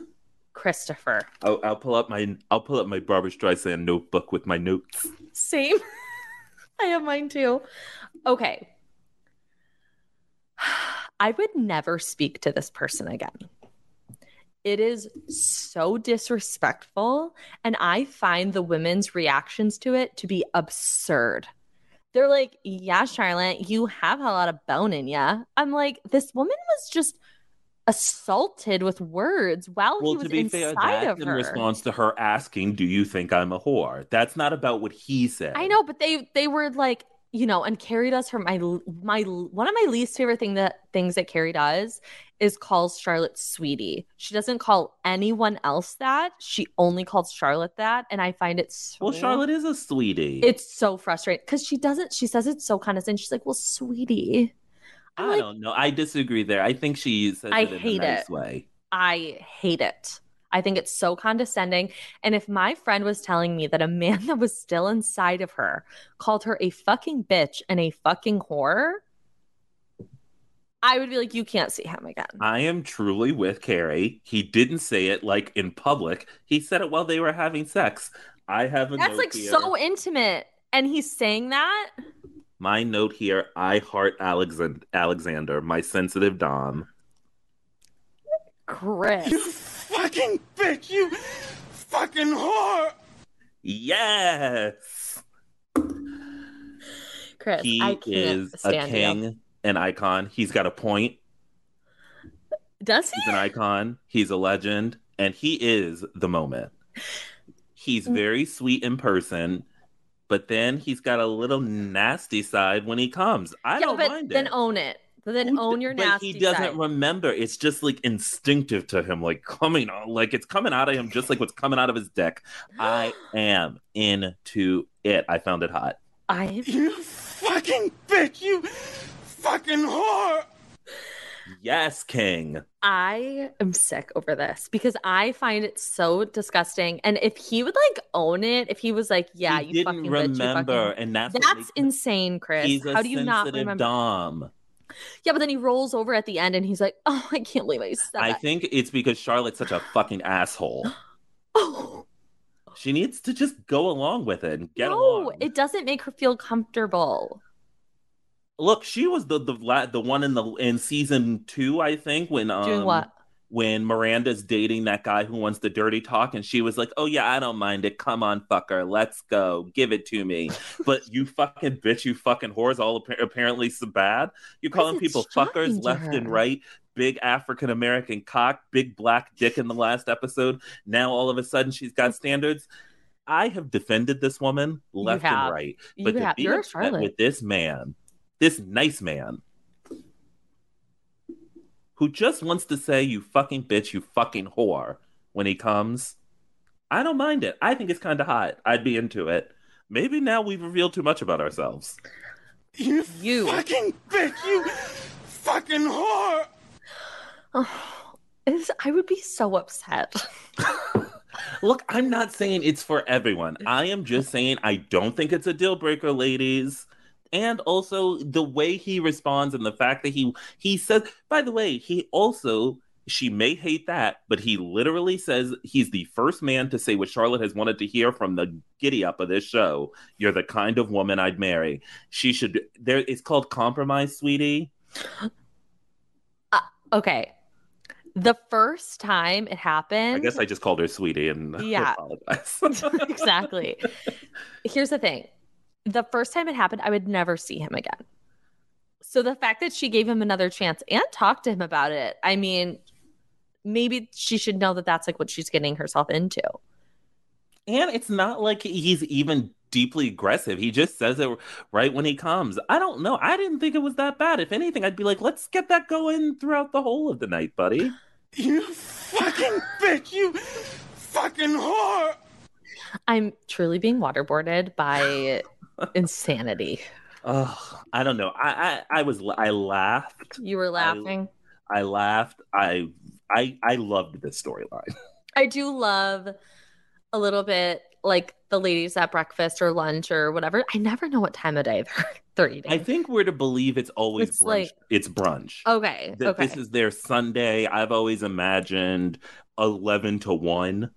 Speaker 1: Christopher.
Speaker 2: I'll, I'll pull up my I'll pull up my Barbara Streisand notebook with my notes.
Speaker 1: Same. I have mine too. Okay. I would never speak to this person again. It is so disrespectful. And I find the women's reactions to it to be absurd. They're like, yeah, Charlotte, you have a lot of bone in ya. I'm like, this woman was just assaulted with words while
Speaker 2: well,
Speaker 1: he was
Speaker 2: to be fair,
Speaker 1: inside of
Speaker 2: that's in
Speaker 1: her.
Speaker 2: response to her asking, "Do you think I'm a whore?" That's not about what he said.
Speaker 1: I know, but they they were like, you know, and Carrie does her my my one of my least favorite thing that things that Carrie does is calls Charlotte sweetie. She doesn't call anyone else that. She only calls Charlotte that, and I find it so
Speaker 2: Well, Charlotte is a sweetie.
Speaker 1: It's so frustrating because she doesn't. She says it's so condescending. She's like, "Well, sweetie."
Speaker 2: I
Speaker 1: I'm like,
Speaker 2: don't know. I disagree there. I think she says
Speaker 1: I
Speaker 2: it in
Speaker 1: hate
Speaker 2: a nice
Speaker 1: it.
Speaker 2: way.
Speaker 1: I hate it. I think it's so condescending. And if my friend was telling me that a man that was still inside of her called her a fucking bitch and a fucking whore, I would be like, you can't see him again.
Speaker 2: I am truly with Carrie. He didn't say it like in public. He said it while they were having sex. I have a
Speaker 1: That's
Speaker 2: note
Speaker 1: like
Speaker 2: here.
Speaker 1: so intimate. And he's saying that.
Speaker 2: My note here: I heart Alexand- Alexander, my sensitive dom.
Speaker 4: You
Speaker 1: Chris.
Speaker 4: fucking bitch! You fucking whore!
Speaker 2: Yes,
Speaker 1: Chris,
Speaker 2: he
Speaker 1: I can't
Speaker 2: is a
Speaker 1: stand
Speaker 2: king,
Speaker 1: you.
Speaker 2: an icon. He's got a point.
Speaker 1: Does he?
Speaker 2: He's an icon. He's a legend, and he is the moment. He's
Speaker 1: Mm.
Speaker 2: very sweet in person, but then he's got a little nasty side when he comes. I
Speaker 1: yeah,
Speaker 2: don't
Speaker 1: but
Speaker 2: mind
Speaker 1: then
Speaker 2: it.
Speaker 1: own it. But then
Speaker 2: Who d-
Speaker 1: own your
Speaker 2: but
Speaker 1: nasty
Speaker 2: he doesn't
Speaker 1: side.
Speaker 2: remember. It's just like instinctive to him, like coming out, like it's coming out of him, just like what's coming out of his dick. I am into it. I found it hot.
Speaker 1: I
Speaker 4: You fucking bitch! You fucking whore!
Speaker 2: Yes, King.
Speaker 1: I am sick over this because I find it so disgusting. And if he would like own it, if he was like, "Yeah,
Speaker 2: he
Speaker 1: you
Speaker 2: didn't
Speaker 1: fucking bitch, you fucking-
Speaker 2: remember, and that's what
Speaker 1: that's
Speaker 2: makes him-
Speaker 1: insane, Chris.
Speaker 2: He's a
Speaker 1: How do you not
Speaker 2: sensitive
Speaker 1: remember?
Speaker 2: dom.
Speaker 1: Yeah, but then he rolls over at the end and he's like, "Oh, I can't believe I said
Speaker 2: I
Speaker 1: that."
Speaker 2: think it's because Charlotte's such a fucking asshole.
Speaker 1: Oh,
Speaker 2: She needs to just go along with it and get
Speaker 1: no,
Speaker 2: along.
Speaker 1: it doesn't make her feel comfortable.
Speaker 2: Look, she was the the la- the one in the in season two, I think, when um
Speaker 1: Doing what?
Speaker 2: when Miranda's dating that guy who wants the dirty talk, and she was like, "Oh yeah, I don't mind it. Come on, fucker, let's go, give it to me." but you fucking bitch, you fucking whores, all appa- apparently so bad. You
Speaker 1: Why is
Speaker 2: calling
Speaker 1: it
Speaker 2: people
Speaker 1: shocking
Speaker 2: fuckers
Speaker 1: to
Speaker 2: left and
Speaker 1: her?
Speaker 2: right. Big African American cock, big black dick in the last episode. Now all of a sudden she's got standards. I have defended this woman left
Speaker 1: have.
Speaker 2: and right,
Speaker 1: you
Speaker 2: but to
Speaker 1: have,
Speaker 2: be
Speaker 1: you're a
Speaker 2: upset
Speaker 1: Charlotte.
Speaker 2: with this man, this nice man, who just wants to say "you fucking bitch, you fucking whore" when he comes, I don't mind it. I think it's kind of hot. I'd be into it. Maybe now we've revealed too much about ourselves.
Speaker 4: You,
Speaker 1: You.
Speaker 4: fucking bitch! You fucking whore!
Speaker 1: Oh, it's- I would be so upset.
Speaker 2: Look, I'm not saying it's for everyone. I am just saying I don't think it's a deal breaker, ladies. And also the way he responds and the fact that he he says by the way, he also she may hate that, but he literally says he's the first man to say what Charlotte has wanted to hear from the giddy up of this show. You're the kind of woman I'd marry. She should there it's called compromise, sweetie.
Speaker 1: Okay, the first time it happened,
Speaker 2: I guess I just called her sweetie and
Speaker 1: Yeah.
Speaker 2: I apologize.
Speaker 1: exactly. Here's the thing the first time it happened, I would never see him again. So the fact that she gave him another chance and talked to him about it, I mean, maybe she should know that that's like what she's getting herself into.
Speaker 2: And it's not like he's even deeply aggressive. He just says it right when he comes. I don't know. I didn't think it was that bad. If anything, I'd be like, let's get that going throughout the whole of the night, buddy.
Speaker 4: You fucking bitch! You fucking whore!
Speaker 1: I'm truly being waterboarded by Insanity.
Speaker 2: Oh, I don't know. I, I I was I laughed.
Speaker 1: You were laughing.
Speaker 2: I laughed. I I I loved this storyline.
Speaker 1: I, do love a little bit like the ladies at breakfast or lunch or whatever. I never know what time of day they're, they're eating.
Speaker 2: I think we're to believe it's always
Speaker 1: It's
Speaker 2: brunch.
Speaker 1: like-
Speaker 2: it's brunch.
Speaker 1: okay.
Speaker 2: That
Speaker 1: okay.
Speaker 2: this is their Sunday. I've always imagined eleven to one.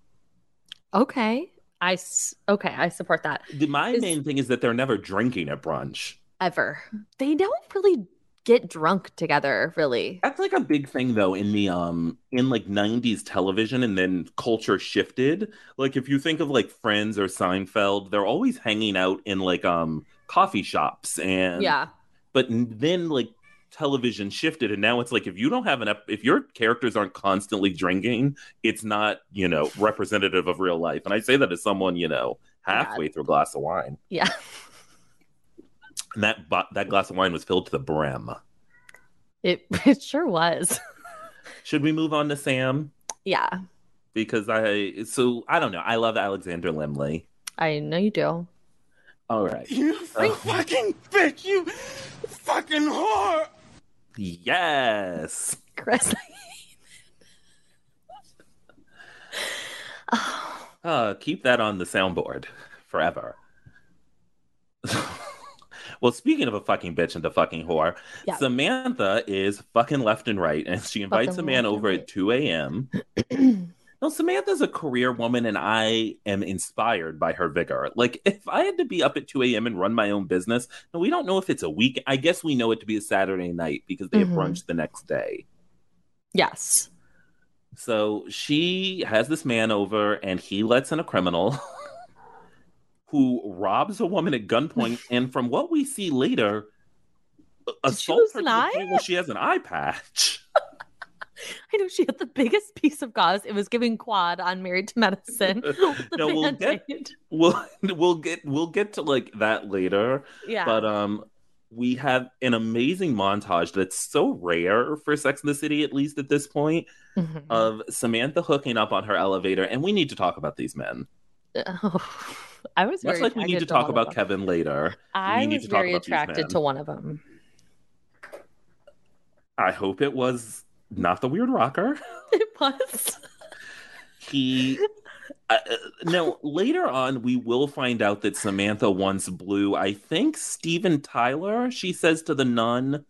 Speaker 1: okay. I s- okay. I support that.
Speaker 2: The- My
Speaker 1: Is-
Speaker 2: main thing is that they're never drinking at brunch.
Speaker 1: Ever. They don't really get drunk together, really.
Speaker 2: That's like a big thing though in the um in like 90s television and then culture shifted. Like if you think of like Friends or Seinfeld, they're always hanging out in like um coffee shops and
Speaker 1: yeah.
Speaker 2: but n- then like television shifted and now it's like if you don't have an ep- if your characters aren't constantly drinking, it's not, you know, representative of real life. And I say that as someone, you know,
Speaker 1: Yeah.
Speaker 2: halfway through a glass of wine.
Speaker 1: Yeah.
Speaker 2: And that bo- that glass of wine was filled to the brim.
Speaker 1: It it sure was.
Speaker 2: Should we move on to Sam?
Speaker 1: Yeah.
Speaker 2: because I so I don't know. I love Alexander Limley.
Speaker 1: I know you do.
Speaker 2: All right.
Speaker 4: You
Speaker 2: Oh.
Speaker 4: fucking bitch! You fucking whore!
Speaker 2: Yes.
Speaker 1: Chris. oh,
Speaker 2: Uh, keep that on the soundboard forever. well, speaking of a fucking bitch and a fucking whore,
Speaker 1: Yeah.
Speaker 2: Samantha is fucking left and right, and she invites
Speaker 1: Fucking
Speaker 2: a man
Speaker 1: left and
Speaker 2: over
Speaker 1: right.
Speaker 2: at 2 a.m. no, Samantha's a career woman, and I am inspired by her vigor. Like, if I had to be up at 2 a.m. and run my own business, no, we don't know if it's a week. I guess we know it to be a Saturday night because they
Speaker 1: Mhm.
Speaker 2: have brunch the next day.
Speaker 1: yes.
Speaker 2: So she has this man over, and he lets in a criminal who robs a woman at gunpoint, and from what we see later,
Speaker 1: lose
Speaker 2: assaults her
Speaker 1: an
Speaker 2: to the
Speaker 1: eye?
Speaker 2: point where she has an eye patch.
Speaker 1: I know she had the biggest piece of gauze. It was giving quad on Married to Medicine. The
Speaker 2: No, we'll get-
Speaker 1: Band-Aid.
Speaker 2: We'll we'll get we'll get to like that later,
Speaker 1: Yeah.
Speaker 2: but um. We have an amazing montage that's so rare for Sex and the City, at least at this point,
Speaker 1: Mhm.
Speaker 2: of Samantha hooking up on her elevator. And we need to talk about these men.
Speaker 1: Oh, I was
Speaker 2: Much
Speaker 1: very
Speaker 2: like we need
Speaker 1: attracted
Speaker 2: to talk
Speaker 1: one of them.
Speaker 2: about Kevin later.
Speaker 1: I
Speaker 2: we need
Speaker 1: was
Speaker 2: to talk
Speaker 1: very
Speaker 2: about these
Speaker 1: attracted
Speaker 2: men.
Speaker 1: to one of them.
Speaker 2: I hope it was not the weird rocker.
Speaker 1: It was.
Speaker 2: He. Uh, no, later on, we will find out that Samantha once blew, I think, Steven Tyler. She says to the nun,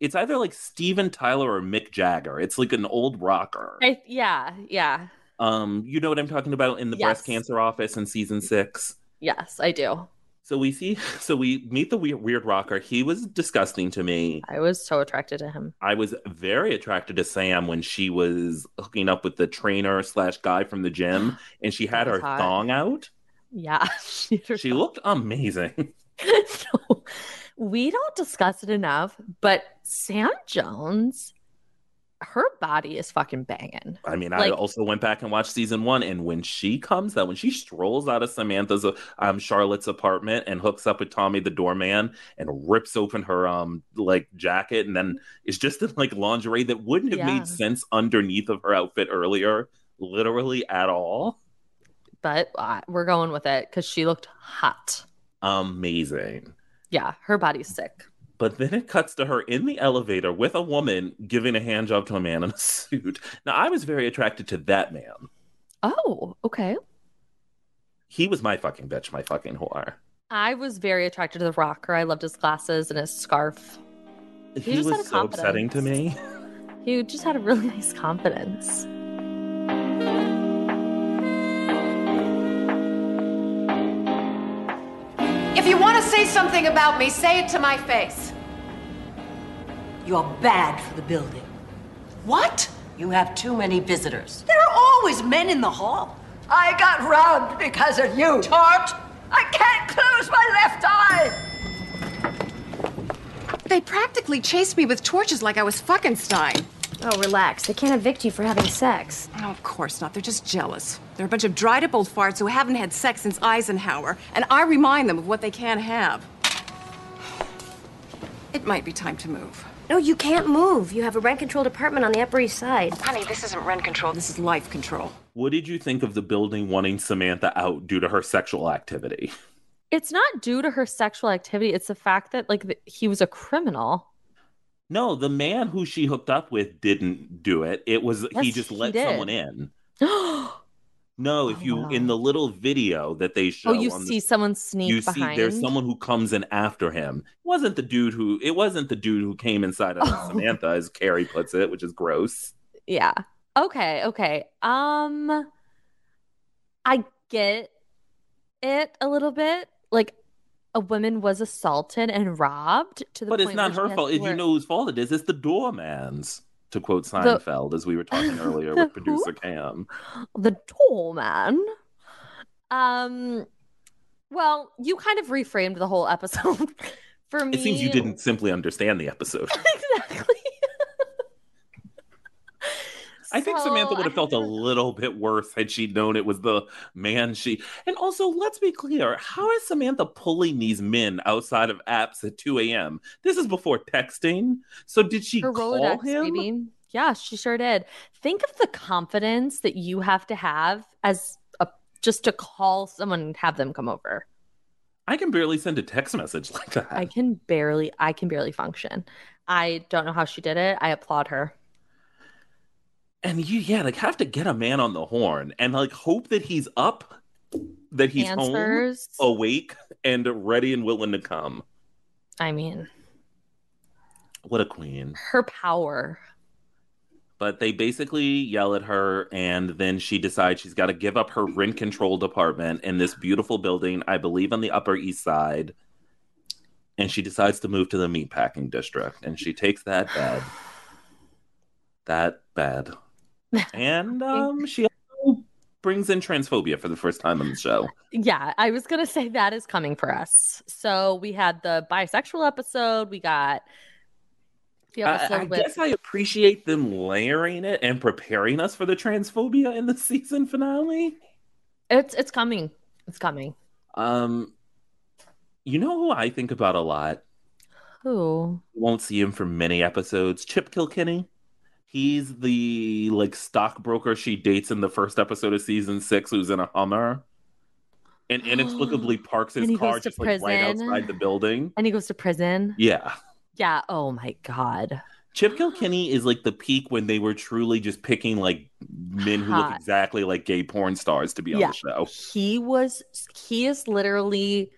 Speaker 2: it's either like Steven Tyler or Mick Jagger. It's like an old rocker.
Speaker 1: I, yeah. Yeah.
Speaker 2: Um, you know what I'm talking about in the breast
Speaker 1: Yes.
Speaker 2: cancer office in season six?
Speaker 1: Yes, I do.
Speaker 2: So we see, so we meet the weird, weird rocker. He was disgusting to me.
Speaker 1: I was so attracted to him.
Speaker 2: I was very attracted to Sam when she was hooking up with the trainer slash guy from the gym, and she had
Speaker 1: That was
Speaker 2: her
Speaker 1: hot.
Speaker 2: thong out.
Speaker 1: Yeah.
Speaker 2: She looked amazing.
Speaker 1: so we don't discuss it enough, but Sam Jones, her body is fucking banging.
Speaker 2: I mean, I
Speaker 1: Like-
Speaker 2: also went back and watched season one, and when she comes out, when she strolls out of Samantha's, uh, um, Charlotte's apartment and hooks up with Tommy the doorman and rips open her um like jacket, and then is just in like lingerie that wouldn't have
Speaker 1: Yeah.
Speaker 2: made sense underneath of her outfit earlier, literally at all.
Speaker 1: But uh, we're going with it because she looked hot.
Speaker 2: Amazing.
Speaker 1: Yeah, her body's sick.
Speaker 2: But then it cuts to her in the elevator with a woman giving a hand job to a man in a suit. Now, I was very attracted to that man.
Speaker 1: Oh, okay.
Speaker 2: He was my fucking bitch, my fucking whore.
Speaker 1: I was very attracted to the rocker. I loved his glasses and his scarf.
Speaker 2: He,
Speaker 1: just had
Speaker 2: was
Speaker 1: a
Speaker 2: so upsetting to me.
Speaker 1: He just had a really nice confidence.
Speaker 5: If you want to say something about me, say it to my face.
Speaker 6: You're bad for the building.
Speaker 5: What?
Speaker 6: You have too many visitors.
Speaker 5: There are always men.
Speaker 6: Men in the hall?
Speaker 5: I got robbed because of you. Tart! I can't close my left eye! They practically chased me with torches like I was fucking Stein.
Speaker 3: Oh, relax. They can't evict you for having sex.
Speaker 5: Oh, of course not. They're just jealous. They're a bunch of dried up old farts who haven't had sex since Eisenhower, and I remind them of what they can't have. It might be time to move.
Speaker 3: No, you can't move. You have a rent controlled apartment on the Upper East Side.
Speaker 5: Honey, this isn't rent control, this is life control.
Speaker 2: What did you think of the building wanting Samantha out due to her sexual activity?
Speaker 1: It's not due to her sexual activity. It's the fact that like th- he was a criminal.
Speaker 2: No, the man who she hooked up with didn't do it. It was he
Speaker 1: Yes,
Speaker 2: just
Speaker 1: he
Speaker 2: let
Speaker 1: did.
Speaker 2: someone in.
Speaker 1: oh,
Speaker 2: No, if
Speaker 1: Oh,
Speaker 2: you
Speaker 1: wow. Oh,
Speaker 2: in the little video that they show,
Speaker 1: you
Speaker 2: on the-
Speaker 1: see someone sneak
Speaker 2: you see
Speaker 1: behind.
Speaker 2: there's someone who comes in after him. It wasn't the dude who it wasn't the dude who came inside of
Speaker 1: Oh.
Speaker 2: Samantha, as Carrie puts it, which is gross.
Speaker 1: Yeah. Okay. Okay. Um, I get it a little bit. Like a woman was assaulted and robbed to the
Speaker 2: But it's
Speaker 1: point
Speaker 2: not
Speaker 1: where she
Speaker 2: her
Speaker 1: has
Speaker 2: fault.
Speaker 1: to
Speaker 2: If you
Speaker 1: wear-
Speaker 2: know whose fault it is, it's the doorman's. To quote
Speaker 1: The-
Speaker 2: Seinfeld, as we were talking earlier
Speaker 1: The
Speaker 2: with producer Cam.
Speaker 1: the doorman. Um, well, you kind of reframed the whole episode for me.
Speaker 2: It seems you didn't simply understand the episode.
Speaker 1: exactly.
Speaker 2: I think
Speaker 1: So,
Speaker 2: Samantha would have
Speaker 1: I
Speaker 2: felt a
Speaker 1: don't-
Speaker 2: little bit worse had she known it was the man she. And also, let's be clear: how is Samantha pulling these men outside of apps at two a.m.? This is before texting. So did she
Speaker 1: her
Speaker 2: call
Speaker 1: Rolodex,
Speaker 2: him?
Speaker 1: baby. Yeah, she sure did. Think of the confidence that you have to have as a just to call someone and have them come over.
Speaker 2: I can barely send a text message like that.
Speaker 1: I can barely, I can barely function. I don't know how she did it. I applaud her.
Speaker 2: And you, yeah, like have to get a man on the horn and like hope that he's up, that he's home,
Speaker 1: Answers.
Speaker 2: awake, and ready and willing to come.
Speaker 1: I mean,
Speaker 2: What a queen.
Speaker 1: her power.
Speaker 2: but they basically yell at her and then she decides she's got to give up her rent control department in this beautiful building i believe on the upper east side and she decides to move to the meatpacking district and she takes that bed that bed and um, she also brings in transphobia for the first time on the show
Speaker 1: Yeah, I was gonna say that is coming for us. So we had the bisexual episode. We got the
Speaker 2: I,
Speaker 1: episode
Speaker 2: I
Speaker 1: with
Speaker 2: guess i appreciate them layering it and preparing us for the transphobia in the season finale
Speaker 1: it's it's coming. It's coming.
Speaker 2: Um, you know who I think about a lot?
Speaker 1: Who?
Speaker 2: Won't see him for many episodes. Chip Kilkenny. He's the like stockbroker she dates in the first episode of season six, who's in a Hummer, and inexplicably parks his
Speaker 1: And he
Speaker 2: car
Speaker 1: goes to
Speaker 2: just like right
Speaker 1: prison.
Speaker 2: outside the building.
Speaker 1: And he goes to prison.
Speaker 2: Yeah,
Speaker 1: Yeah. Oh my god.
Speaker 2: Chip Kilkenny is like the peak when they were truly just picking like men who look
Speaker 1: Hot.
Speaker 2: exactly like gay porn stars to be on
Speaker 1: Yeah.
Speaker 2: the show.
Speaker 1: He was. He is literally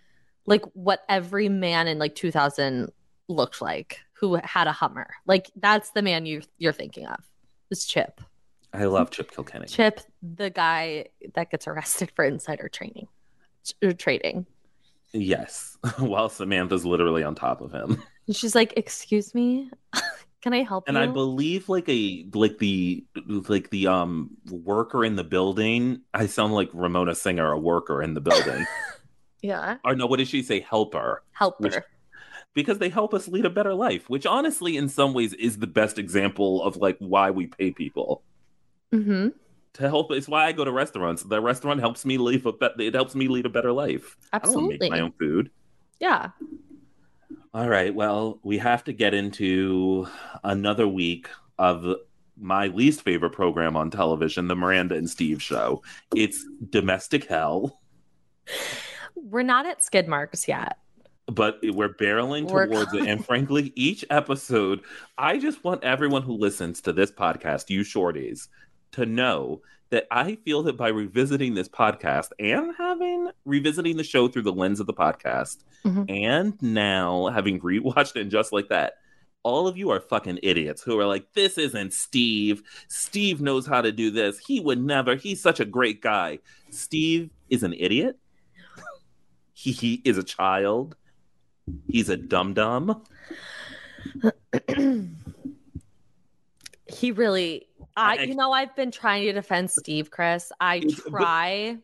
Speaker 1: like what every man in like 2000 looked like who had a Hummer. Like that's the man you you're thinking of. It's Chip.
Speaker 2: I love Chip Kilkenny.
Speaker 1: Chip, the guy that gets arrested for insider training, or trading.
Speaker 2: Yes, while Samantha's literally on top of him.
Speaker 1: And she's like, "Excuse me, can I help
Speaker 2: and
Speaker 1: you?"
Speaker 2: i believe like a like the like the um worker in the building i sound like ramona singer a worker in the building
Speaker 1: yeah,
Speaker 2: or no what did she say helper
Speaker 1: helper.
Speaker 2: Which- because they help us lead a better life which honestly in some ways is the best example of like why we pay people
Speaker 1: hmm
Speaker 2: to help it's why i go to restaurants the restaurant helps me live a better it helps me lead a better life i don't wanna
Speaker 1: Absolutely.
Speaker 2: make my own food
Speaker 1: Yeah.
Speaker 2: All right. Well, we have to get into another week of my least favorite program on television, the Miranda and Steve show. It's domestic hell,
Speaker 1: We're not at skid marks yet.
Speaker 2: but we're barreling
Speaker 1: We're
Speaker 2: towards it. And frankly, each episode, I just want everyone who listens to this podcast, you shorties, to know that I feel that by revisiting this podcast and having revisiting the show through the lens of the podcast,
Speaker 1: Mhm.
Speaker 2: and now having rewatched it and just like that, all of you are fucking idiots who are like, this isn't Steve. Steve knows how to do this. He would never. He's such a great guy. Steve is an idiot. He, he is a child. He's a dum dum.
Speaker 1: He really, I,
Speaker 2: I-
Speaker 1: you know, I've been trying to defend Steve, Chris. I
Speaker 2: It's- but-
Speaker 1: try.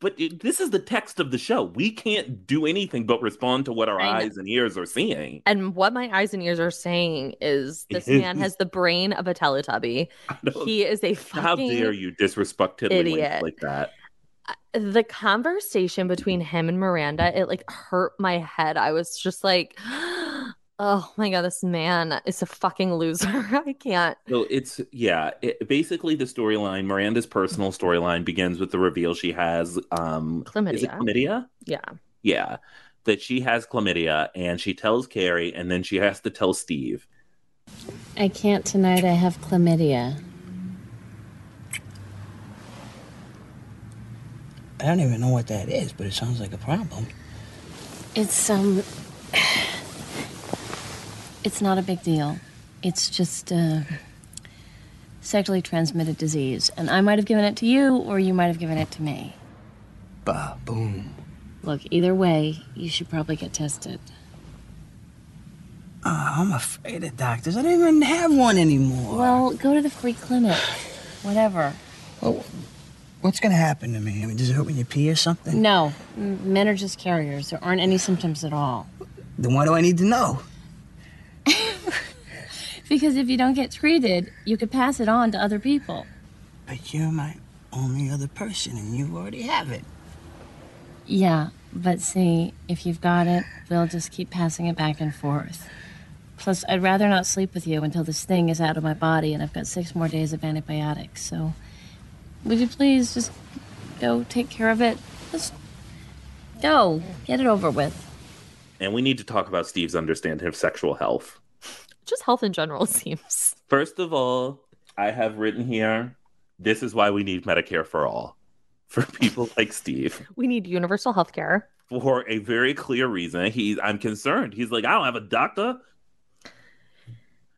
Speaker 2: But it- this is the text of the show. We can't do anything but respond to what our
Speaker 1: I know.
Speaker 2: eyes and ears are seeing.
Speaker 1: And what my eyes and ears are saying is this man has the brain of a Teletubby.
Speaker 2: I don't-
Speaker 1: He is a
Speaker 2: How
Speaker 1: fucking
Speaker 2: dare you disrespect Tiddlywinks
Speaker 1: idiot.
Speaker 2: like that?
Speaker 1: the conversation between him and Miranda, it like hurt my head. I was just like, oh my God, this man is a fucking loser. I can't.
Speaker 2: So it's yeah. It, basically, the storyline, Miranda's personal storyline, begins with the reveal she has. Um, is it
Speaker 1: Chlamydia.
Speaker 2: chlamydia?
Speaker 1: Yeah.
Speaker 2: Yeah. That she has chlamydia and she tells Carrie and then she has to tell Steve.
Speaker 7: I can't tonight. I have chlamydia.
Speaker 8: I don't even know what that is, but it sounds like a problem.
Speaker 7: It's um. It's not a big deal. It's just uh, sexually transmitted disease, and I might have given it to you, or you might have given it to me.
Speaker 8: Bah, boom.
Speaker 7: Look, either way, you should probably get tested.
Speaker 8: Uh, I'm afraid of doctors. I don't even have one anymore.
Speaker 7: Well, go to the free clinic. Whatever.
Speaker 8: Well, what's going to happen to me? I mean, does it hurt when you pee or something?
Speaker 7: No, m- men are just carriers. There aren't any symptoms at all.
Speaker 8: Then why do I need to know?
Speaker 7: Because if you don't get treated, you could pass it on to other people.
Speaker 8: But you're my only other person, and you already have it.
Speaker 7: Yeah, but see, if you've got it, they'll just keep passing it back and forth. Plus, I'd rather not sleep with you until this thing is out of my body and I've got six more days of antibiotics. So, would you please just go take care of it? Just go. Get it over with.
Speaker 2: And we need to talk about Steve's understanding of sexual health.
Speaker 1: Just health in general it seems.
Speaker 2: First of all, I have written here this is why we need Medicare for all for people like Steve.
Speaker 1: We need universal health care.
Speaker 2: for a very clear reason. He's I'm concerned. He's like, I don't have a doctor.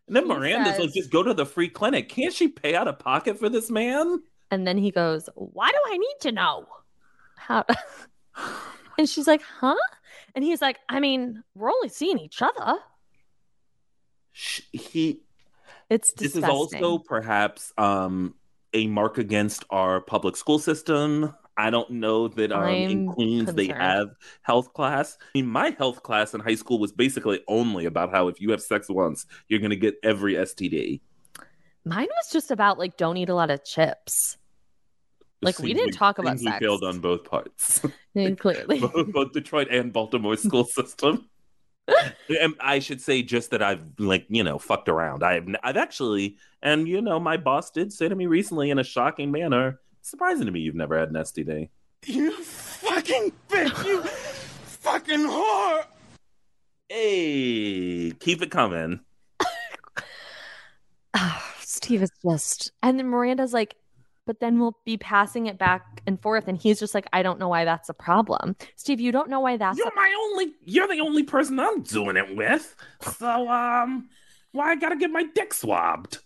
Speaker 2: And then
Speaker 1: He
Speaker 2: Miranda's
Speaker 1: says-
Speaker 2: like, just go to the free clinic. Can't she pay out of pocket for this man?
Speaker 1: And then he goes, Why do I need to know? How and she's like, Huh? And he's like, I mean, we're only seeing each other.
Speaker 2: Sh- He
Speaker 1: It's
Speaker 2: this
Speaker 1: disgusting.
Speaker 2: is also perhaps um a mark against our public school system. I don't know that um, in
Speaker 1: I'm
Speaker 2: Queens they
Speaker 1: concerned.
Speaker 2: have health class. I mean, my health class in high school was basically only about how if you have sex once, you're going to get every STD.
Speaker 1: Mine was just about like don't eat a lot of chips. Like, we
Speaker 2: Seems
Speaker 1: didn't talk about
Speaker 2: seems we
Speaker 1: sex.
Speaker 2: failed on both parts.
Speaker 1: And clearly.
Speaker 2: both, both Detroit and Baltimore school system. and I should say just that I've like you know fucked around. I've I've actually, and you know, my boss did say to me recently in a shocking manner, surprising to me, you've never had an STD.
Speaker 4: You fucking bitch! You fucking whore!
Speaker 2: Hey, keep it coming.
Speaker 1: Steve is just and then Miranda's like, but then we'll be passing it back and forth. And he's just like, I don't know why that's a problem. Steve, you don't know why that's
Speaker 2: You're my only. You're the only person I'm doing it with. So um, why I gotta get my dick swabbed?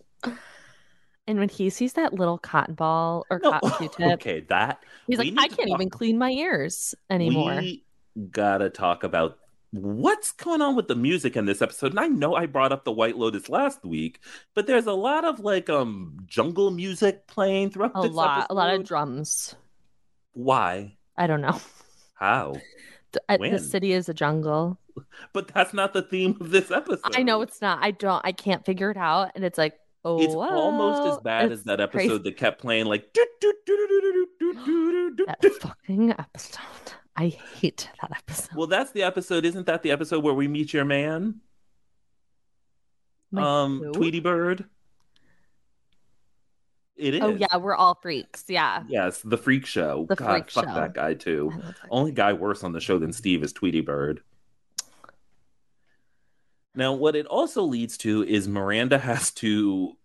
Speaker 1: and when he sees that little cotton ball or
Speaker 2: No.
Speaker 1: cotton q-tip,
Speaker 2: okay, that
Speaker 1: he's
Speaker 2: we
Speaker 1: like,
Speaker 2: need
Speaker 1: I
Speaker 2: to
Speaker 1: can't
Speaker 2: talk-
Speaker 1: even clean my ears anymore.
Speaker 2: We gotta talk about what's going on with the music in this episode. And I know I brought up the White Lotus last week, but there's a lot of like um jungle music playing throughout
Speaker 1: a
Speaker 2: this
Speaker 1: lot, a lot of
Speaker 2: episode.
Speaker 1: drums.
Speaker 2: Why?
Speaker 1: I don't know.
Speaker 2: How?
Speaker 1: Th- uh,
Speaker 2: When?
Speaker 1: The city is a jungle.
Speaker 2: But that's not the theme of this episode.
Speaker 1: I know it's not. I don't. I can't figure it out. And it's like, oh,
Speaker 2: It's almost as
Speaker 1: wow.
Speaker 2: bad
Speaker 1: It's
Speaker 2: as that
Speaker 1: crazy.
Speaker 2: episode that kept playing like "Doot, doot, doot, doot, doot, doot, doot, doot,
Speaker 1: That
Speaker 2: doot."
Speaker 1: fucking episode. I hate that episode.
Speaker 2: Well, that's the episode. Isn't that the episode where we meet your man?
Speaker 1: My
Speaker 2: um,
Speaker 1: who?
Speaker 2: Tweety Bird. It is.
Speaker 1: Oh yeah, we're all freaks. Yeah.
Speaker 2: Yes, the Freak Show.
Speaker 1: The
Speaker 2: God,
Speaker 1: Freak
Speaker 2: fuck
Speaker 1: Show.
Speaker 2: that guy too.
Speaker 1: I love that.
Speaker 2: Only guy worse on the show than Steve is Tweety Bird. Now, what it also leads to is Miranda has to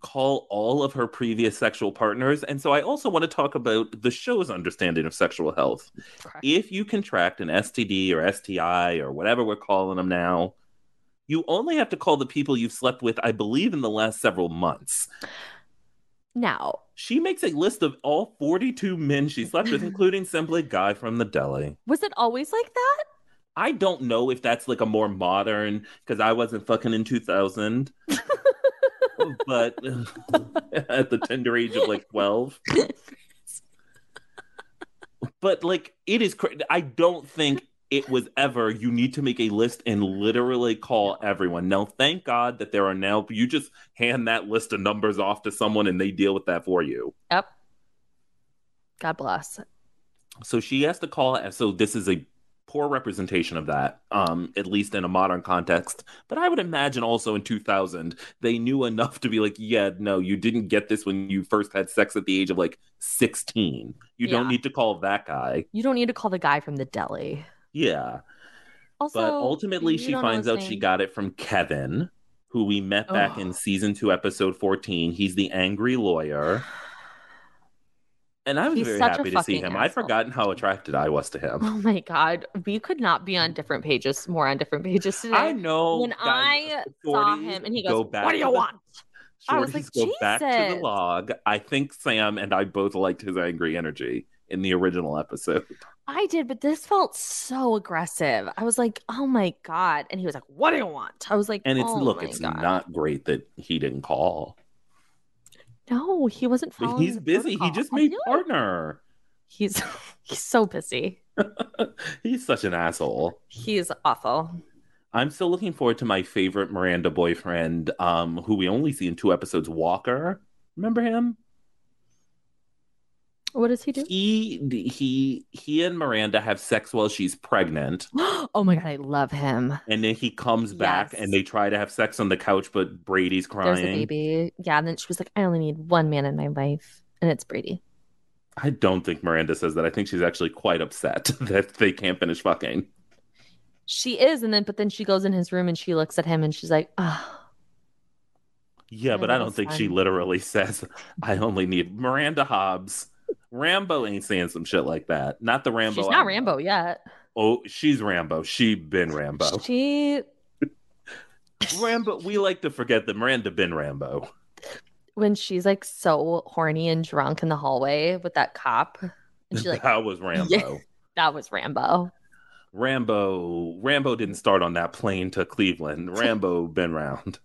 Speaker 2: call all of her previous sexual partners. And so I also want to talk about the show's understanding of sexual health.
Speaker 1: Correct.
Speaker 2: If you contract an STD or STI or whatever we're calling them now, you only have to call the people you've slept with, I believe, in the last several months.
Speaker 1: Now,
Speaker 2: She makes a list of all 42 men she slept with, including simply guy from the deli.
Speaker 1: was it always like that?
Speaker 2: I don't know if that's like a more modern because I wasn't fucking in 2000, but at the tender age of like 12. But like it is, cra- I don't think it was ever you need to make a list and literally call everyone. Now, thank God that there are now, you just hand that list of numbers off to someone and they deal with that for you.
Speaker 1: Yep. God bless.
Speaker 2: so she has to call so this is a poor representation of that um at least in a modern context but i would imagine also in 2000 they knew enough to be like yeah no you didn't get this when you first had sex at the age of like 16 you don't
Speaker 1: Yeah.
Speaker 2: need to call that guy
Speaker 1: You don't need to call the guy from the deli.
Speaker 2: Yeah.
Speaker 1: Also,
Speaker 2: but ultimately,
Speaker 1: you
Speaker 2: she
Speaker 1: don't know
Speaker 2: finds
Speaker 1: his
Speaker 2: out she
Speaker 1: name.
Speaker 2: got it from Kevin, who we met back in season two, episode 14. He's the angry lawyer. And I was
Speaker 1: He's
Speaker 2: very
Speaker 1: such a
Speaker 2: happy to see
Speaker 1: fucking
Speaker 2: him. I'd
Speaker 1: asshole.
Speaker 2: forgotten how attracted I was to him.
Speaker 1: Oh my god, we could not be on different pages, more on different pages today.
Speaker 2: I know.
Speaker 1: when
Speaker 2: guys,
Speaker 1: I saw
Speaker 2: shorties
Speaker 1: him and he
Speaker 2: go
Speaker 1: goes,
Speaker 2: back
Speaker 1: "What do
Speaker 2: to
Speaker 1: you
Speaker 2: the-
Speaker 1: want?" I was
Speaker 2: shorties
Speaker 1: like,
Speaker 2: go back to the
Speaker 1: "Jesus."
Speaker 2: log. I think Sam and I both liked his angry energy in the original episode.
Speaker 1: I did, but this felt so aggressive. I was like, "Oh my god!" And he was like, "What do you want?" I was like,
Speaker 2: And it's
Speaker 1: "Oh
Speaker 2: look,
Speaker 1: my
Speaker 2: it's
Speaker 1: God."
Speaker 2: not great that he didn't call.
Speaker 1: No, Oh, he wasn't
Speaker 2: But
Speaker 1: following.
Speaker 2: he's
Speaker 1: the
Speaker 2: busy. He
Speaker 1: protocol.
Speaker 2: just
Speaker 1: I
Speaker 2: made
Speaker 1: know.
Speaker 2: partner.
Speaker 1: He's he's so busy.
Speaker 2: he's such an asshole.
Speaker 1: He is awful.
Speaker 2: I'm still looking forward to my favorite Miranda boyfriend, um, who we only see in two episodes, Walker. Remember him?
Speaker 1: What does he do?
Speaker 2: He he he and Miranda have sex while she's pregnant,
Speaker 1: oh my god, I love him.
Speaker 2: and then he comes back
Speaker 1: Yes.
Speaker 2: and they try to have sex on the couch, but Brady's crying.
Speaker 1: There's a baby. Yeah, and then she was like, "I only need one man in my life, and it's Brady."
Speaker 2: I don't think Miranda says that. I think she's actually quite upset that they can't finish fucking.
Speaker 1: She is, and then but then she goes in his room and she looks at him and she's like, "Ah."
Speaker 2: Yeah,
Speaker 1: Yeah,
Speaker 2: but I
Speaker 1: that
Speaker 2: don't
Speaker 1: was
Speaker 2: think
Speaker 1: fun.
Speaker 2: she literally says, I only need Miranda Hobbs. Rambo ain't saying some shit like that. Not the Rambo.
Speaker 1: she's
Speaker 2: I
Speaker 1: not
Speaker 2: know.
Speaker 1: Rambo yet.
Speaker 2: Oh, she's Rambo. She been Rambo.
Speaker 1: She
Speaker 2: Rambo. We like to forget that Miranda been Rambo.
Speaker 1: when she's like so horny and drunk in the hallway with that cop, and she's like,
Speaker 2: that was Rambo.
Speaker 1: Yeah. "That was Rambo."
Speaker 2: Rambo. Rambo didn't start on that plane to Cleveland. Rambo been round.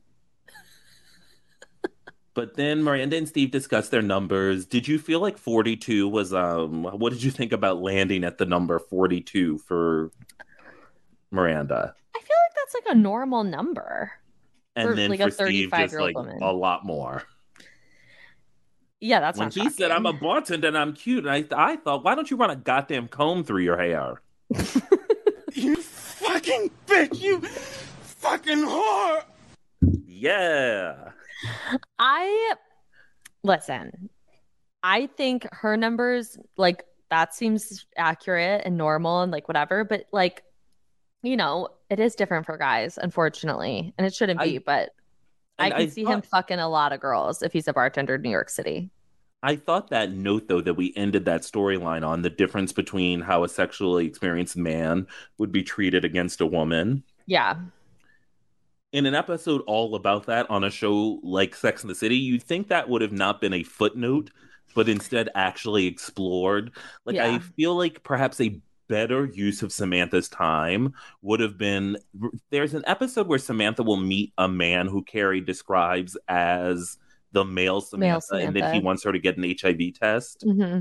Speaker 2: But then Miranda and Steve discussed their numbers. Did you feel like 42 was um what did you think about landing at the number 42 for Miranda?
Speaker 1: I feel like that's like a normal number.
Speaker 2: And
Speaker 1: For,
Speaker 2: then
Speaker 1: like,
Speaker 2: for
Speaker 1: a
Speaker 2: Steve just
Speaker 1: 35-year-old
Speaker 2: like
Speaker 1: woman.
Speaker 2: a lot more.
Speaker 1: Yeah, that's
Speaker 2: when
Speaker 1: not
Speaker 2: he said I'm a
Speaker 1: shocking.
Speaker 2: bartender and I'm cute, and I, I thought, why don't you run a goddamn comb through your hair?
Speaker 4: You fucking bitch! You fucking whore!
Speaker 2: Yeah,
Speaker 1: I listen. I think her numbers like that seems accurate and normal and like whatever, but like you know, it is different for guys, unfortunately, and it shouldn't be.
Speaker 2: I-
Speaker 1: but I
Speaker 2: And
Speaker 1: can see him
Speaker 2: thought-
Speaker 1: fucking a lot of girls if he's a bartender in New York City.
Speaker 2: I thought that note though that we ended that storyline on the difference between how a sexually experienced man would be treated against a woman
Speaker 1: Yeah,
Speaker 2: in an episode all about that on a show like Sex in the City. You'd think that would have not been a footnote, but instead actually explored. Like I
Speaker 1: Yeah.
Speaker 2: feel like perhaps a better use of Samantha's time would have been there's an episode where Samantha will meet a man who Carrie describes as the male Samantha,
Speaker 1: Male
Speaker 2: and then he
Speaker 1: Samantha.
Speaker 2: wants her to get an HIV test.
Speaker 1: hmm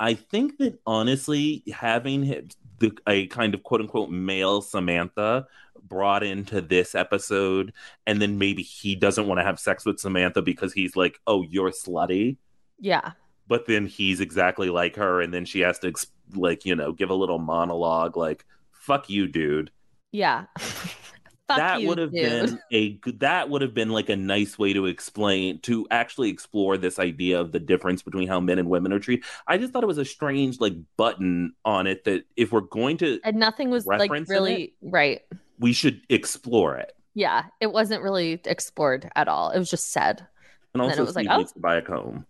Speaker 2: I think that honestly, having hi- the, a kind of quote unquote male Samantha brought into this episode, and then maybe he doesn't want to have sex with Samantha because he's like, oh, you're slutty.
Speaker 1: yeah,
Speaker 2: But then he's exactly like her, and then she has to, ex- like, you know, give a little monologue, like, fuck you, dude.
Speaker 1: yeah. Fuck
Speaker 2: that
Speaker 1: you,
Speaker 2: would have
Speaker 1: dude.
Speaker 2: been a g- that would have been like a nice way to explain to actually explore this idea of the difference between how men and women are treated. I just thought it was a strange like button on it that if we're going to
Speaker 1: and nothing was like
Speaker 2: reference in it?
Speaker 1: really right.
Speaker 2: we should explore it.
Speaker 1: Yeah, it wasn't really explored at all. It was just said. And
Speaker 2: And
Speaker 1: then
Speaker 2: also
Speaker 1: it was like,
Speaker 2: Steve
Speaker 1: oh.
Speaker 2: needs to buy a comb.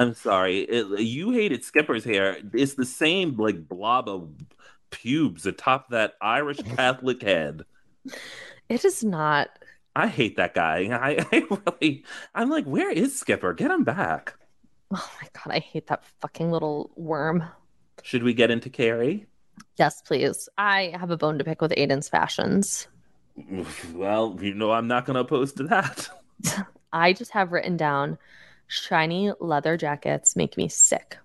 Speaker 2: I'm sorry, it, you hated Skipper's hair. It's the same like blob of pubes atop that Irish Catholic head.
Speaker 1: It is not.
Speaker 2: I hate that guy. I, I really, I'm like, where is Skipper? Get him back.
Speaker 1: Oh my god, I hate that fucking little worm.
Speaker 2: Should we get into Carrie?
Speaker 1: Yes, please. I have a bone to pick with Aiden's fashions.
Speaker 2: Well, you know, I'm not going to oppose to that.
Speaker 1: I just have written down shiny leather jackets make me sick.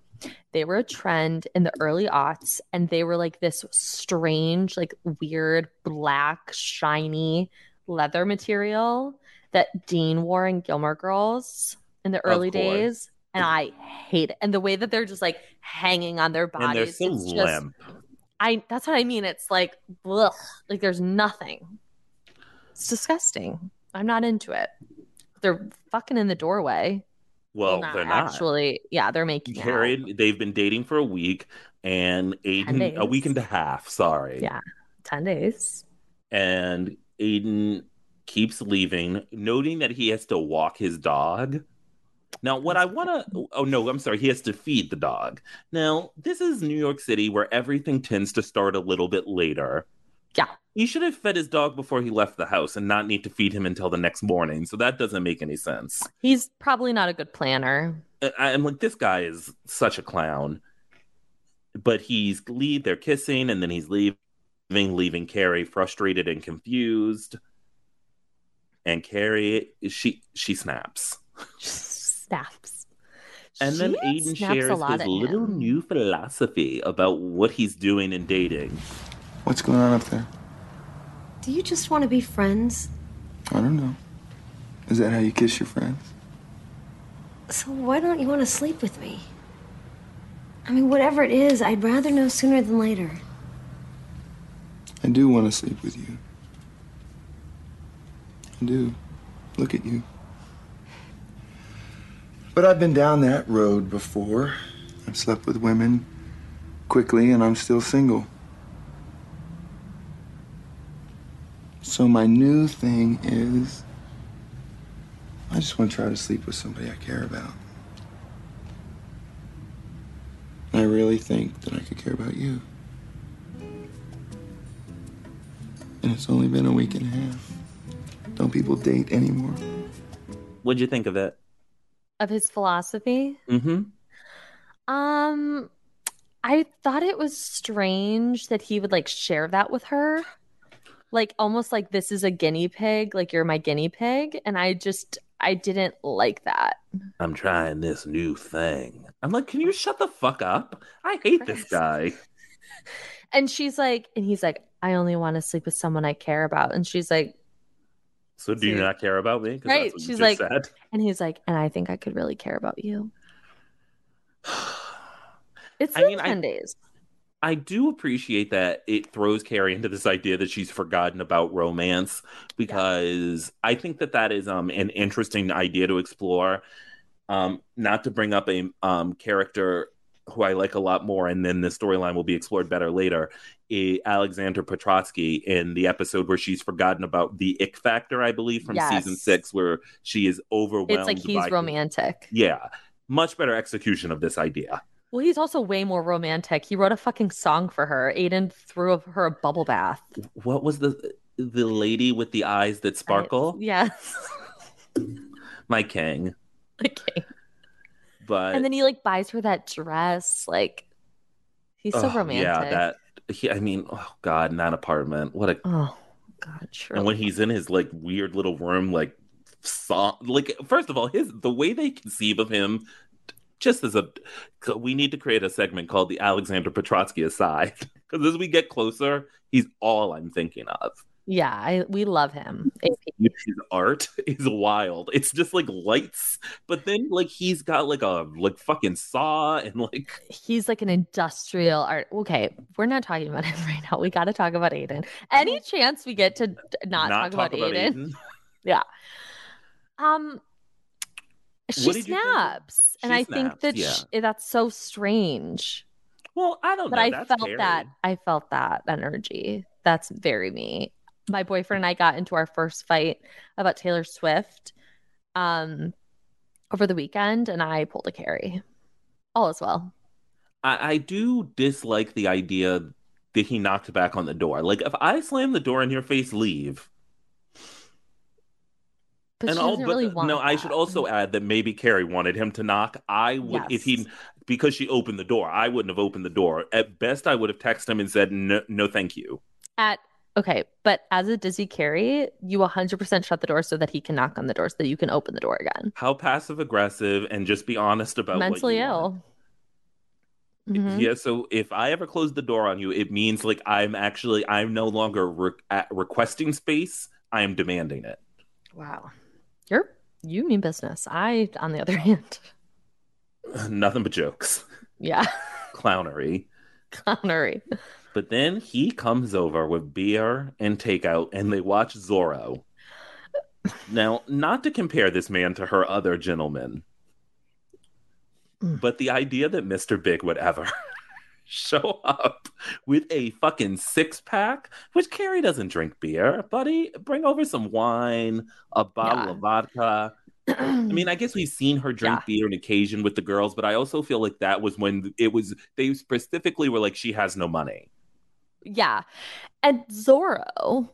Speaker 1: They were a trend in the early aughts, and they were like this strange, like weird black, shiny leather material that Dean wore in Gilmore Girls in the early
Speaker 2: course.
Speaker 1: days. And I hate it. And the way that they're just like hanging on their bodies.
Speaker 2: and they're so
Speaker 1: it's just-
Speaker 2: limp.
Speaker 1: I that's what I mean. It's like ugh, like there's nothing. It's disgusting. I'm not into it. They're fucking in the doorway.
Speaker 2: Well, they're not.
Speaker 1: actually. Yeah, they're making out.
Speaker 2: Karen, they've been dating for a week, and Aiden a
Speaker 1: days.
Speaker 2: week and a half. Sorry.
Speaker 1: Yeah. ten days.
Speaker 2: And Aiden keeps leaving, noting that he has to walk his dog. Now, what I want to, oh no, I'm sorry, he has to feed the dog. Now, this is New York City where everything tends to start a little bit later.
Speaker 1: Yeah.
Speaker 2: He should have fed his dog before he left the house and not need to feed him until the next morning. So that doesn't make any sense.
Speaker 1: He's probably not a good planner.
Speaker 2: uh, I- I'm like, this guy is such a clown. But he's leave, they're kissing, and then he's leaving, leaving Carrie frustrated and confused. And Carrie, she she snaps,
Speaker 1: snaps.
Speaker 2: and then
Speaker 1: She
Speaker 2: Aiden
Speaker 1: snaps a
Speaker 2: shares
Speaker 1: lot
Speaker 2: his
Speaker 1: at
Speaker 2: little
Speaker 1: him.
Speaker 2: new philosophy about what he's doing in dating.
Speaker 4: What's going on up there?
Speaker 3: Do you just want to be friends?
Speaker 4: I don't know. Is that how you kiss your friends?
Speaker 3: So why don't you want to sleep with me? I mean, whatever it is, I'd rather know sooner than later.
Speaker 4: I do want to sleep with you. I do. Look at you. But I've been down that road before. I've slept with women quickly, and I'm still single. So my new thing is I just want to try to sleep with somebody I care about. And I really think that I could care about you. And it's only been a week and a half. Don't people date anymore?
Speaker 2: What'd you think of it?
Speaker 1: Of his philosophy,
Speaker 2: Mm-hmm.
Speaker 1: um, I thought it was strange that he would like share that with her, like almost like this is a guinea pig, like you're my guinea pig, and I just I didn't like that.
Speaker 2: I'm trying this new thing. I'm like, can you shut the fuck up? I hate this guy.
Speaker 1: And she's like, and he's like, I only want to sleep with someone I care about, and she's like,
Speaker 2: So do you
Speaker 1: See.
Speaker 2: not care about me? 'Cause
Speaker 1: Right,
Speaker 2: what you
Speaker 1: she's like-
Speaker 2: just said.
Speaker 1: and he's like, and I think I could really care about you. It's
Speaker 2: I
Speaker 1: been
Speaker 2: mean, I-
Speaker 1: ten days.
Speaker 2: I do appreciate that it throws Carrie into this idea that she's forgotten about romance because I think that that is um, an interesting idea to explore. Um, not to bring up a um, character who I like a lot more, and then the storyline will be explored better later. eh, Alexander Petrotsky in the episode where she's forgotten about the ick factor, I believe, from
Speaker 1: Yes.
Speaker 2: season six, where she is overwhelmed.
Speaker 1: It's like
Speaker 2: by-
Speaker 1: he's romantic.
Speaker 2: Yeah, much better execution of this idea.
Speaker 1: Well, he's also way more romantic. He wrote a fucking song for her. Aiden threw a- her a bubble bath.
Speaker 2: what was the the lady with the eyes that sparkle?
Speaker 1: Yes.
Speaker 2: My king.
Speaker 1: okay.
Speaker 2: But
Speaker 1: And then he like buys her that dress. Like he's so
Speaker 2: oh,
Speaker 1: romantic.
Speaker 2: Yeah, that he, I mean, oh god, in that apartment. What a
Speaker 1: Oh God, true.
Speaker 2: and when he's in his like weird little room, like so, like first of all, his the way they conceive of him just as a we need to create a segment called the Alexander Petrotsky aside. Because as we get closer, he's all I'm thinking of.
Speaker 1: yeah, I, we love him. AP.
Speaker 2: his art is wild. It's just like lights, but then like he's got like a like fucking saw and like
Speaker 1: He's like an industrial art. Okay, we're not talking about him right now. We got to talk about Aiden. Any chance we get to d- not, talk, about, Aiden? Um, she
Speaker 2: What did you think of-
Speaker 1: snaps, and
Speaker 2: She
Speaker 1: I think
Speaker 2: snaps,
Speaker 1: that
Speaker 2: yeah.
Speaker 1: sh- that's so strange.
Speaker 2: Well, I don't
Speaker 1: but
Speaker 2: know.
Speaker 1: I
Speaker 2: That's
Speaker 1: felt
Speaker 2: Carrie.
Speaker 1: that. I felt that energy. That's very me. My boyfriend and I got into our first fight about Taylor Swift um over the weekend and I pulled a carry. All is well.
Speaker 2: I, I do dislike the idea that he knocked back on the door. Like if I slam the door in your face, leave.
Speaker 1: But she
Speaker 2: all-
Speaker 1: doesn't really want
Speaker 2: no, I should
Speaker 1: that.
Speaker 2: also add that maybe Carrie wanted him to knock. I would if
Speaker 1: Yes.
Speaker 2: he because she opened the door. I wouldn't have opened the door. At best, I would have texted him and said, "No, no, thank you."
Speaker 1: at okay, but as a dizzy carry, you 100% shut the door so that he can knock on the door so that you can open the door again.
Speaker 2: how passive aggressive and just be honest about what
Speaker 1: Mentally
Speaker 2: you want.
Speaker 1: ill. Mhm.
Speaker 2: Yeah, so if I ever close the door on you, it means like I'm actually I'm no longer re- at requesting space. I am demanding it.
Speaker 1: Wow. You're you mean business. I on the other hand.
Speaker 2: Nothing but jokes,
Speaker 1: Yeah.
Speaker 2: clownery.
Speaker 1: Clownery.
Speaker 2: But then he comes over with beer and takeout, and they watch Zorro. Now, not to compare this man to her other gentlemen,
Speaker 1: Mm.
Speaker 2: But the idea that Mr. Big would ever show up with a fucking six pack, which Carrie doesn't drink beer, buddy, bring over some wine, a bottle
Speaker 1: Yeah.
Speaker 2: of vodka. I mean, I guess we've seen her drink
Speaker 1: Yeah.
Speaker 2: beer on occasion with the girls, but I also feel like that was when it was, they specifically were like, she has no money.
Speaker 1: yeah. And Zorro,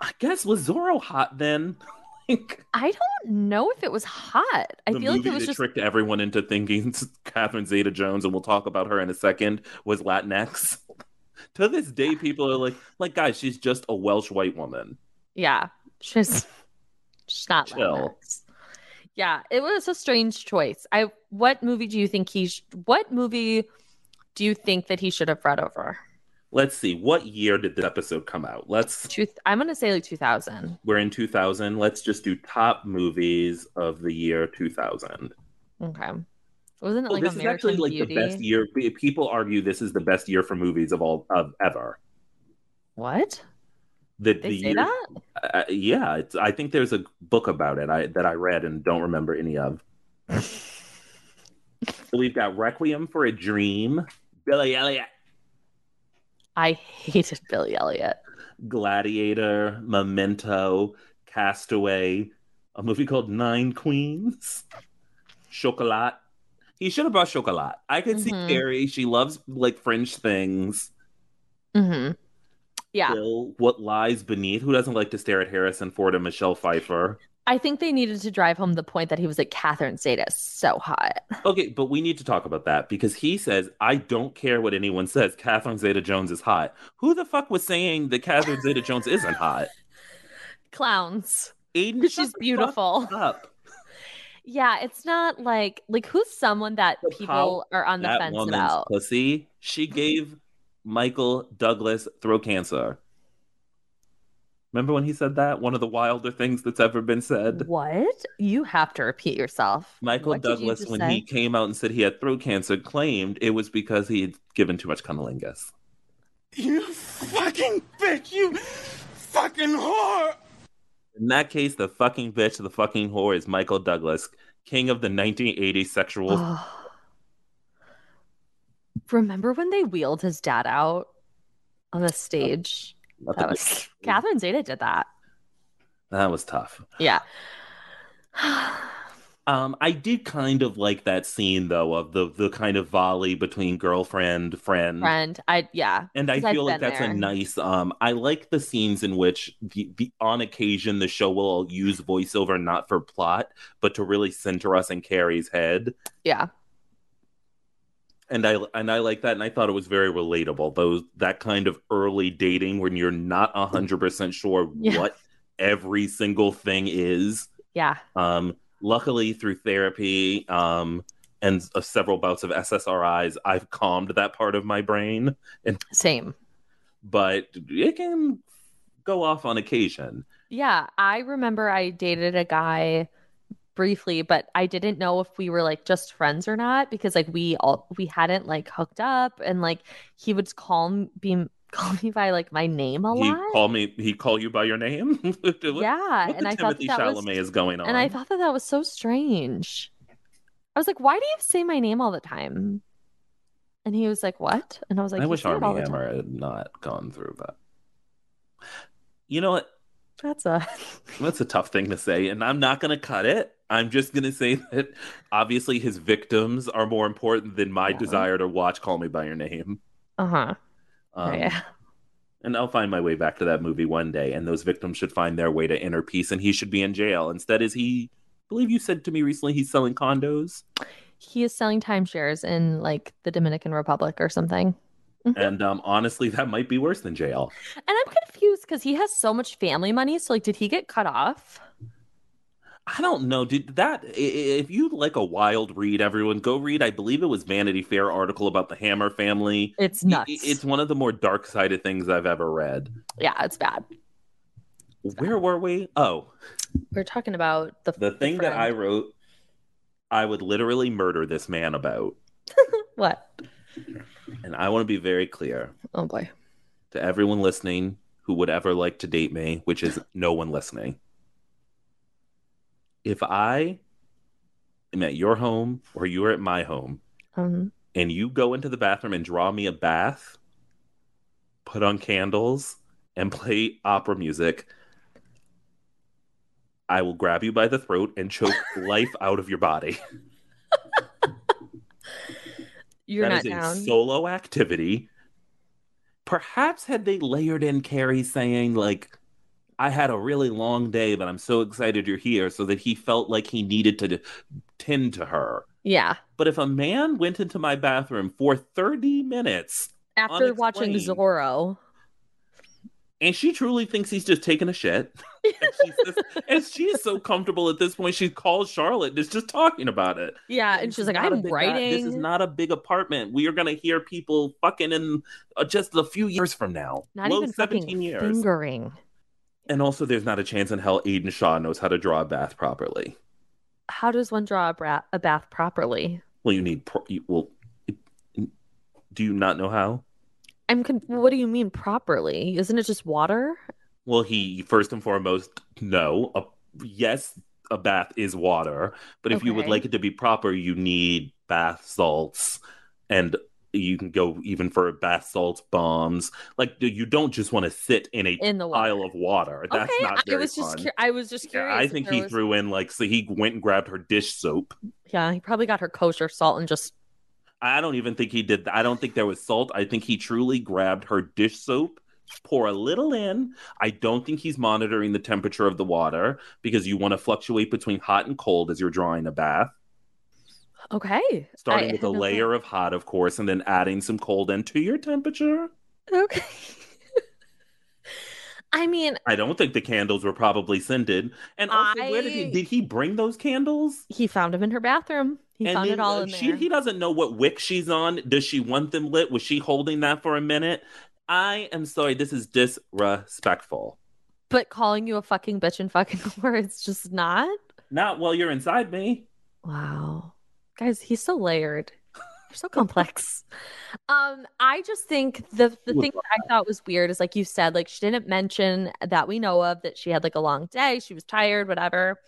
Speaker 2: I guess was Zorro hot then? like,
Speaker 1: I don't know if it was hot. I
Speaker 2: the
Speaker 1: feel
Speaker 2: movie
Speaker 1: like it was
Speaker 2: that
Speaker 1: just
Speaker 2: tricked everyone into thinking Catherine Zeta Jones, and we'll talk about her in a second, was Latinx. to this day, people are like, like, guys, she's just a Welsh white woman.
Speaker 1: yeah. She's she's not
Speaker 2: Chill.
Speaker 1: Latinx. Yeah, it was a strange choice. I what movie do you think he sh- what movie do you think that he should have read over?
Speaker 2: Let's see, what year did the episode come out? Let's
Speaker 1: Two, I'm gonna say like 2000.
Speaker 2: we're in 2000. Let's just do top movies of the year 2000.
Speaker 1: Okay, wasn't it
Speaker 2: Oh,
Speaker 1: like
Speaker 2: this is
Speaker 1: American
Speaker 2: actually like
Speaker 1: Beauty?
Speaker 2: the best year. People argue this is the best year for movies of all of ever.
Speaker 1: What
Speaker 2: The,
Speaker 1: they
Speaker 2: the
Speaker 1: say
Speaker 2: year-
Speaker 1: that?
Speaker 2: uh, yeah, it's, I think there's a book about it I, that I read and don't remember any of. so we've got Requiem for a Dream, Billy Elliot,
Speaker 1: I hated Billy Elliot.
Speaker 2: Gladiator, Memento, Castaway, a movie called Nine Queens, Chocolat. He should have brought Chocolat. I could
Speaker 1: Mhm.
Speaker 2: see Carrie. She loves like French things.
Speaker 1: hmm Yeah.
Speaker 2: Bill, what lies beneath? Who doesn't like to stare at Harrison Ford and Michelle Pfeiffer?
Speaker 1: I think they needed to drive home the point that he was like Catherine Zeta, is so hot.
Speaker 2: Okay, but we need to talk about that because he says, I don't care what anyone says, Catherine Zeta Jones is hot. Who the fuck was saying that Catherine Zeta Jones isn't hot?
Speaker 1: Clowns.
Speaker 2: Aiden, shut
Speaker 1: She's
Speaker 2: the
Speaker 1: beautiful.
Speaker 2: fuck up.
Speaker 1: Yeah, it's not like like who's someone that
Speaker 2: The
Speaker 1: people are on the
Speaker 2: That
Speaker 1: fence
Speaker 2: woman's
Speaker 1: about.
Speaker 2: pussy. She gave Michael Douglas throat cancer. Remember when he said that? One of the wilder things that's ever been said.
Speaker 1: What? You have to repeat yourself.
Speaker 2: Michael
Speaker 1: What did you
Speaker 2: Douglas,
Speaker 1: just
Speaker 2: when
Speaker 1: say?
Speaker 2: he came out and said he had throat cancer, claimed it was because he had given too much cunnilingus.
Speaker 4: You fucking bitch! You fucking whore!
Speaker 2: In that case, the fucking bitch, the fucking whore is Michael Douglas, king of the 1980s sexual.
Speaker 1: Ugh. Remember when they wheeled his dad out on the stage?
Speaker 2: Not
Speaker 1: That
Speaker 2: that,
Speaker 1: was Catherine Zeta did that.
Speaker 2: that was tough.
Speaker 1: Yeah.
Speaker 2: Mm. Um, I did kind of like that scene though of the the kind of volley between girlfriend, friend,
Speaker 1: Friend. I yeah.
Speaker 2: and I
Speaker 1: 'cause I've
Speaker 2: feel like
Speaker 1: been
Speaker 2: that's a
Speaker 1: there.
Speaker 2: nice. Um, I like the scenes in which the, the on occasion the show will use voiceover not for plot but to really center us in Carrie's head.
Speaker 1: Yeah.
Speaker 2: and I and I like that, and I thought it was very relatable. Those that kind of early dating when you're not hundred percent sure
Speaker 1: Yeah.
Speaker 2: what every single thing is.
Speaker 1: Yeah.
Speaker 2: Um, luckily, through therapy um, and uh, several bouts of SSRIs, I've calmed that part of my brain,
Speaker 1: Same.
Speaker 2: but it can go off on occasion.
Speaker 1: Yeah. I remember I dated a guy briefly, but I didn't know if we were like just friends or not because like we all we hadn't like hooked up and like he would call m- be call me by like my name a
Speaker 2: he
Speaker 1: lot.
Speaker 2: call me. He call you by your name. What-
Speaker 1: yeah.
Speaker 2: what
Speaker 1: and I
Speaker 2: the
Speaker 1: thought
Speaker 2: Timothy
Speaker 1: that, that was
Speaker 2: Chalamet is going on.
Speaker 1: And I thought that that was so strange. I was like, why do you say my name all the time? And he was like, what? And I was like,
Speaker 2: I
Speaker 1: "You
Speaker 2: wish
Speaker 1: say it all
Speaker 2: Army
Speaker 1: the time."
Speaker 2: Hammer had not gone through that. You know what?
Speaker 1: That's a.
Speaker 2: That's a tough thing to say, and I'm not going to cut it. I'm just going to say that obviously his victims are more important than my
Speaker 1: Yeah.
Speaker 2: desire to watch Call Me by Your Name.
Speaker 1: Uh huh.
Speaker 2: Um,
Speaker 1: yeah.
Speaker 2: And I'll find my way back to that movie one day, and those victims should find their way to inner peace, and he should be in jail. Instead, is he? I believe you said to me recently he's selling condos,
Speaker 1: He is selling timeshares in like the Dominican Republic or something. Mm-hmm.
Speaker 2: and um, honestly, that might be worse than jail.
Speaker 1: And I'm confused because he has so much family money. So, like, did he get cut off?
Speaker 2: I don't know. Did that? i- i- If you like a wild read, everyone go read. I believe it was Vanity Fair article about the Hammer family.
Speaker 1: It's
Speaker 2: I-
Speaker 1: nuts.
Speaker 2: i- It's one of the more dark sided things I've ever read.
Speaker 1: yeah, it's bad.
Speaker 2: Where were we? Oh,
Speaker 1: We're talking about the
Speaker 2: the thing that I
Speaker 1: friend.
Speaker 2: wrote. I would literally murder this man about,
Speaker 1: what?
Speaker 2: and I want to be very clear
Speaker 1: Oh boy.
Speaker 2: to everyone listening who would ever like to date me, which is no one listening. If I am at your home or you are at my home,
Speaker 1: Um,
Speaker 2: and you go into the bathroom and draw me a bath, put on candles, and play opera music, I will grab you by the throat and choke life out of your body.
Speaker 1: you're not
Speaker 2: That is
Speaker 1: down.
Speaker 2: a solo activity. Perhaps had they layered in Carrie saying like, "I had a really long day, but I'm so excited you're here," so that he felt like he needed to tend to her.
Speaker 1: yeah.
Speaker 2: But if a man went into my bathroom for 30 minutes
Speaker 1: After watching
Speaker 2: unexplained.
Speaker 1: Zorro.
Speaker 2: and she truly thinks he's just taking a shit, and, she's just- and she's so comfortable at this point, she calls Charlotte and is just talking about it.
Speaker 1: Yeah. And
Speaker 2: This
Speaker 1: she's
Speaker 2: is
Speaker 1: like,
Speaker 2: not a
Speaker 1: I'm
Speaker 2: big a-
Speaker 1: writing.
Speaker 2: This is not a big apartment. We are going to hear people fucking in uh, just a few years from now.
Speaker 1: not
Speaker 2: Low
Speaker 1: even
Speaker 2: 17
Speaker 1: fucking
Speaker 2: years.
Speaker 1: fingering.
Speaker 2: And also, there's not a chance in hell Aiden Shaw knows how to draw a bath properly.
Speaker 1: How does one draw a, bra- a bath properly?
Speaker 2: Well, you need. Pro- you, well, do you not know how?
Speaker 1: I'm. Con- what do you mean properly? Isn't it just water?
Speaker 2: Well, he first and foremost, no. A, yes, a bath is water, but if you would
Speaker 1: Okay.
Speaker 2: like it to be proper, you need bath salts, and you can go even for bath salts bombs. Like you don't just want to sit in a
Speaker 1: In the water.
Speaker 2: pile of water. That's
Speaker 1: okay.
Speaker 2: not
Speaker 1: I
Speaker 2: very
Speaker 1: was just.
Speaker 2: fun.
Speaker 1: Cu- I was just
Speaker 2: Yeah,
Speaker 1: curious.
Speaker 2: I
Speaker 1: if
Speaker 2: think
Speaker 1: there
Speaker 2: he
Speaker 1: was-
Speaker 2: threw in like so he went and grabbed her dish soap.
Speaker 1: Yeah, he probably got her kosher salt and just.
Speaker 2: I don't even think he did. I don't think there was salt. I think he truly grabbed her dish soap, pour a little in. I don't think he's monitoring the temperature of the water because you want to fluctuate between hot and cold as you're drawing a bath.
Speaker 1: Okay.
Speaker 2: Starting
Speaker 1: I
Speaker 2: with a
Speaker 1: had no
Speaker 2: layer of hot, of course, and then adding some cold into your temperature.
Speaker 1: clue. Okay. I mean,
Speaker 2: I don't think the candles were probably scented. And also, where did
Speaker 1: I-
Speaker 2: he did he bring those candles?
Speaker 1: he found him in her bathroom. He
Speaker 2: and
Speaker 1: found
Speaker 2: then,
Speaker 1: it all
Speaker 2: uh,
Speaker 1: in
Speaker 2: she,
Speaker 1: there.
Speaker 2: He doesn't know what wick she's on. Does she want them lit? Was she holding that for a minute? I am sorry. This is disrespectful.
Speaker 1: But calling you a fucking bitch and fucking whore, it's just not.
Speaker 2: Not while you're inside me.
Speaker 1: Wow. Guys, he's so layered. You're so complex. Um, I just think the the thing that I thought was weird is like you said, like she didn't mention that we know of that she had like a long day, she was tired, whatever.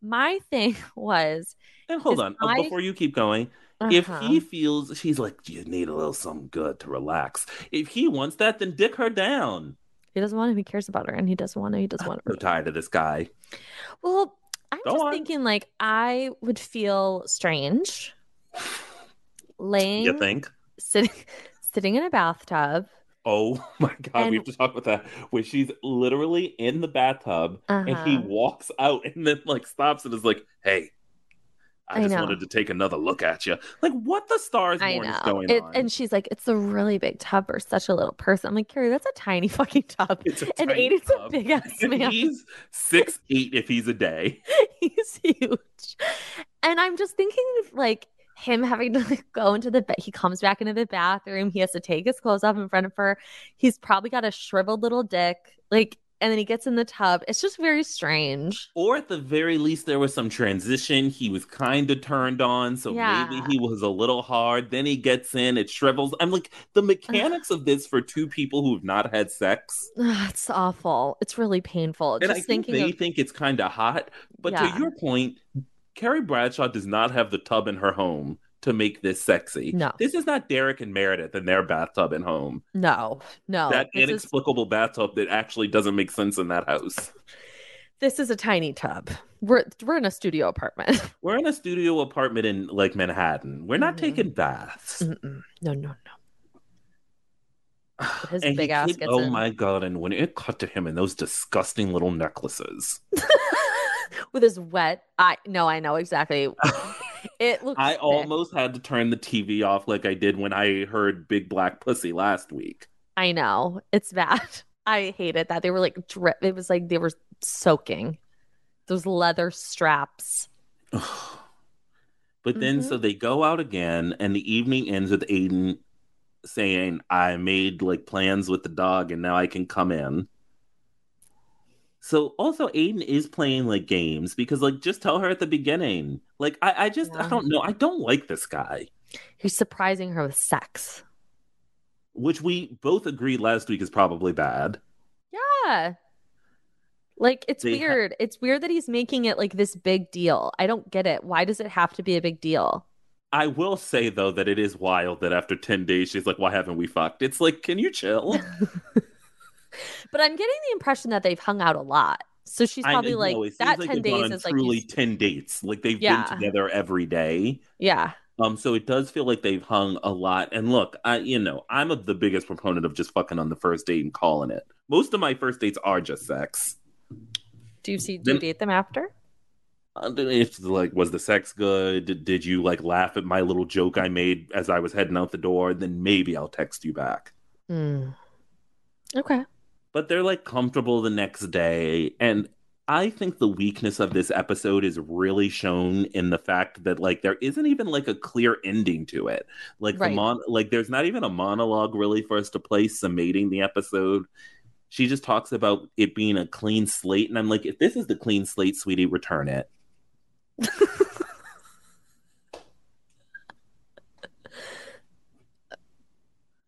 Speaker 1: My thing was
Speaker 2: And hold
Speaker 1: Is
Speaker 2: on, uh,
Speaker 1: I-
Speaker 2: before you keep going, if
Speaker 1: uh-huh.
Speaker 2: he feels she's like, you need a little something good to relax. If he wants that, then dick her down.
Speaker 1: he doesn't want him, he cares about her, and he doesn't want to, he doesn't want
Speaker 2: I'm
Speaker 1: to.
Speaker 2: tired of this guy.
Speaker 1: Well, I'm
Speaker 2: Go
Speaker 1: just
Speaker 2: on.
Speaker 1: thinking like I would feel strange laying
Speaker 2: You think?
Speaker 1: sitting sitting in a bathtub.
Speaker 2: Oh my God,
Speaker 1: And-
Speaker 2: we have to talk about that. Where she's literally in the bathtub and he
Speaker 1: Uh-huh.
Speaker 2: walks out and then like stops and is like, "Hey, I
Speaker 1: I
Speaker 2: just
Speaker 1: know.
Speaker 2: wanted to take another look at you." Like, what the stars
Speaker 1: I
Speaker 2: born is
Speaker 1: know.
Speaker 2: going
Speaker 1: It,
Speaker 2: on?
Speaker 1: and she's like, it's a really big tub for such a little person. I'm like, Carrie, that's a tiny fucking tub.
Speaker 2: It's a
Speaker 1: and
Speaker 2: tiny
Speaker 1: eight is a
Speaker 2: tub.
Speaker 1: big ass
Speaker 2: And
Speaker 1: man.
Speaker 2: He's six eight if he's a day.
Speaker 1: He's huge. And I'm just thinking of like him having to like, go into the bed. He comes back into the bathroom. He has to take his clothes off in front of her. He's probably got a shriveled little dick. Like, and then he gets in the tub. It's just very strange.
Speaker 2: Or at the very least, there was some transition. He was kind of turned on, so
Speaker 1: Yeah.
Speaker 2: maybe he was a little hard. Then he gets in, it shrivels. I'm like, the mechanics of this for two people who've not had sex,
Speaker 1: Ugh, it's awful. It's really painful.
Speaker 2: and I
Speaker 1: Just
Speaker 2: think
Speaker 1: thinking
Speaker 2: they
Speaker 1: of
Speaker 2: think it's kind of hot. But
Speaker 1: Yeah.
Speaker 2: to your point, Carrie Bradshaw does not have the tub in her home to make this sexy.
Speaker 1: No.
Speaker 2: this is not Derek and Meredith in their bathtub at home.
Speaker 1: no, no.
Speaker 2: that
Speaker 1: This is,
Speaker 2: inexplicable bathtub that actually doesn't make sense in that house.
Speaker 1: this is a tiny tub. We're we're in a studio apartment.
Speaker 2: We're in a studio apartment in like Manhattan. We're not
Speaker 1: Mhm.
Speaker 2: taking baths.
Speaker 1: Mm-mm. No, no, no. Mm-hmm. His
Speaker 2: And he
Speaker 1: big ass
Speaker 2: keep-
Speaker 1: gets
Speaker 2: oh
Speaker 1: in.
Speaker 2: my god! And when it cut to him and those disgusting little necklaces,
Speaker 1: With his wet I no, I know exactly. it looks
Speaker 2: I
Speaker 1: sick.
Speaker 2: almost had to turn the TV off, like I did when I heard "Big Black Pussy" last week.
Speaker 1: I know. It's bad. I hated that. They were like drip it was like they were soaking. Those leather straps.
Speaker 2: But then,
Speaker 1: Mhm.
Speaker 2: so they go out again, and the evening ends with Aiden saying, I made like plans with the dog, and now I can come in. So, also, Aiden is playing like games because, like, just tell her at the beginning. Like, I, I just, I
Speaker 1: Yeah.
Speaker 2: don't know. I don't like this guy,
Speaker 1: He's surprising her with sex.
Speaker 2: which we both agreed last week is probably bad.
Speaker 1: Yeah. Like it's
Speaker 2: They ha-
Speaker 1: weird. it's weird that he's making it like this big deal. I don't get it. Why does it have to be a big deal?
Speaker 2: I will say though that it is wild that after 10 days she's like, Why haven't we fucked? It's like, can you chill?
Speaker 1: But I'm getting the impression that they've hung out a lot. So she's
Speaker 2: I
Speaker 1: probably
Speaker 2: know,
Speaker 1: like
Speaker 2: it seems
Speaker 1: that
Speaker 2: like
Speaker 1: 10
Speaker 2: they've gone
Speaker 1: days
Speaker 2: on
Speaker 1: is like
Speaker 2: truly
Speaker 1: you-
Speaker 2: 10 dates. Like they've
Speaker 1: Yeah.
Speaker 2: been together every day.
Speaker 1: yeah.
Speaker 2: Um, so it does feel like they've hung a lot. And look, I you know, I'm a, the biggest proponent of just fucking on the first date and calling it. Most of my first dates are just sex.
Speaker 1: Do you see do you
Speaker 2: Then-
Speaker 1: date them after?
Speaker 2: Uh, It's like, was the sex good? Did, did you like laugh at my little joke I made as I was heading out the door? Then maybe I'll text you back.
Speaker 1: Okay.
Speaker 2: But they're like comfortable the next day. And I think the weakness of this episode is really shown in the fact that like there isn't even like a clear ending to it. Like
Speaker 1: Right.
Speaker 2: the mon like there's not even a monologue really for us to play summating the episode. She just talks about it being a clean slate. And I'm like, if this is the clean slate, sweetie, return it.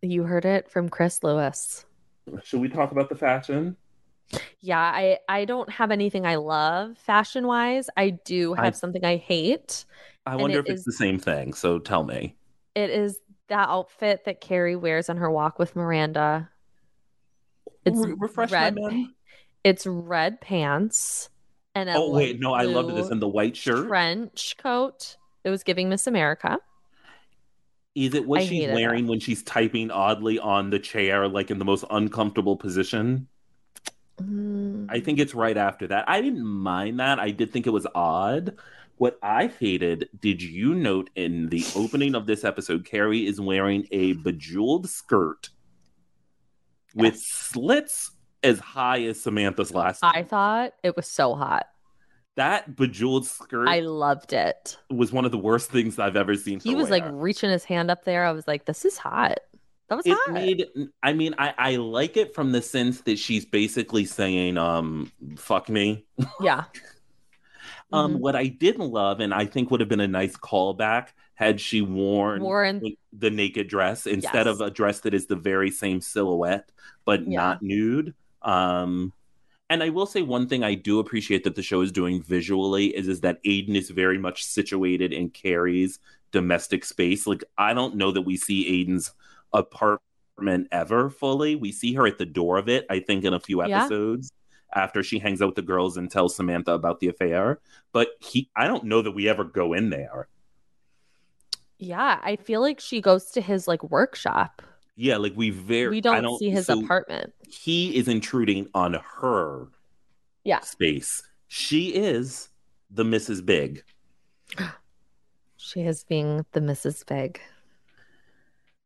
Speaker 1: You heard it from Chris Lewis.
Speaker 2: Should we talk about the fashion?
Speaker 1: Yeah, I I don't have anything I love fashion wise. I do
Speaker 2: I-
Speaker 1: have something I hate.
Speaker 2: I
Speaker 1: And
Speaker 2: wonder
Speaker 1: it
Speaker 2: if it's
Speaker 1: is-
Speaker 2: the same thing. So tell me.
Speaker 1: It is that outfit that Carrie wears on her walk with Miranda. It's
Speaker 2: Re- refresh my
Speaker 1: red.
Speaker 2: mem-
Speaker 1: It's red pants and a
Speaker 2: Oh wait,
Speaker 1: light
Speaker 2: no, I love this
Speaker 1: blue
Speaker 2: in the white shirt.
Speaker 1: trench coat. It was giving Miss America.
Speaker 2: Is it what
Speaker 1: I
Speaker 2: she's
Speaker 1: hated
Speaker 2: wearing when she's typing oddly on the chair, like in the most uncomfortable position?
Speaker 1: Mm.
Speaker 2: I think it's right after that. I didn't mind that. I did think it was odd. What I hated, did you note in the opening of this episode, Carrie is wearing a bejeweled skirt with
Speaker 1: Yes.
Speaker 2: slits as high as Samantha's last.
Speaker 1: I thought it was so hot.
Speaker 2: that bejeweled skirt
Speaker 1: I loved it.
Speaker 2: was one of the worst things I've ever seen.
Speaker 1: He
Speaker 2: her
Speaker 1: was like
Speaker 2: wear.
Speaker 1: reaching his hand up there. I was like, this is hot. That was
Speaker 2: it
Speaker 1: hot.
Speaker 2: made i mean I, I like it from the sense that she's basically saying um fuck me
Speaker 1: yeah.
Speaker 2: um
Speaker 1: Mhm.
Speaker 2: what i didn't love and i think would have been a nice callback had she worn
Speaker 1: Warren,
Speaker 2: the naked dress instead
Speaker 1: Yes.
Speaker 2: of a dress that is the very same silhouette but
Speaker 1: Yeah.
Speaker 2: not nude um and i will say one thing i do appreciate that the show is doing visually is is that aiden is very much situated in carrie's domestic space like i don't know that we see aiden's apartment ever fully we see her at the door of it i think in a few
Speaker 1: Yeah.
Speaker 2: episodes after she hangs out with the girls and tells samantha about the affair but he i don't know that we ever go in there
Speaker 1: yeah, I feel like she goes to his like workshop.
Speaker 2: yeah like we very
Speaker 1: We
Speaker 2: I
Speaker 1: don't, see his
Speaker 2: so-
Speaker 1: apartment.
Speaker 2: he is intruding on her
Speaker 1: Yeah.
Speaker 2: space. She is the Mrs. Big.
Speaker 1: She is being the Mrs. Big.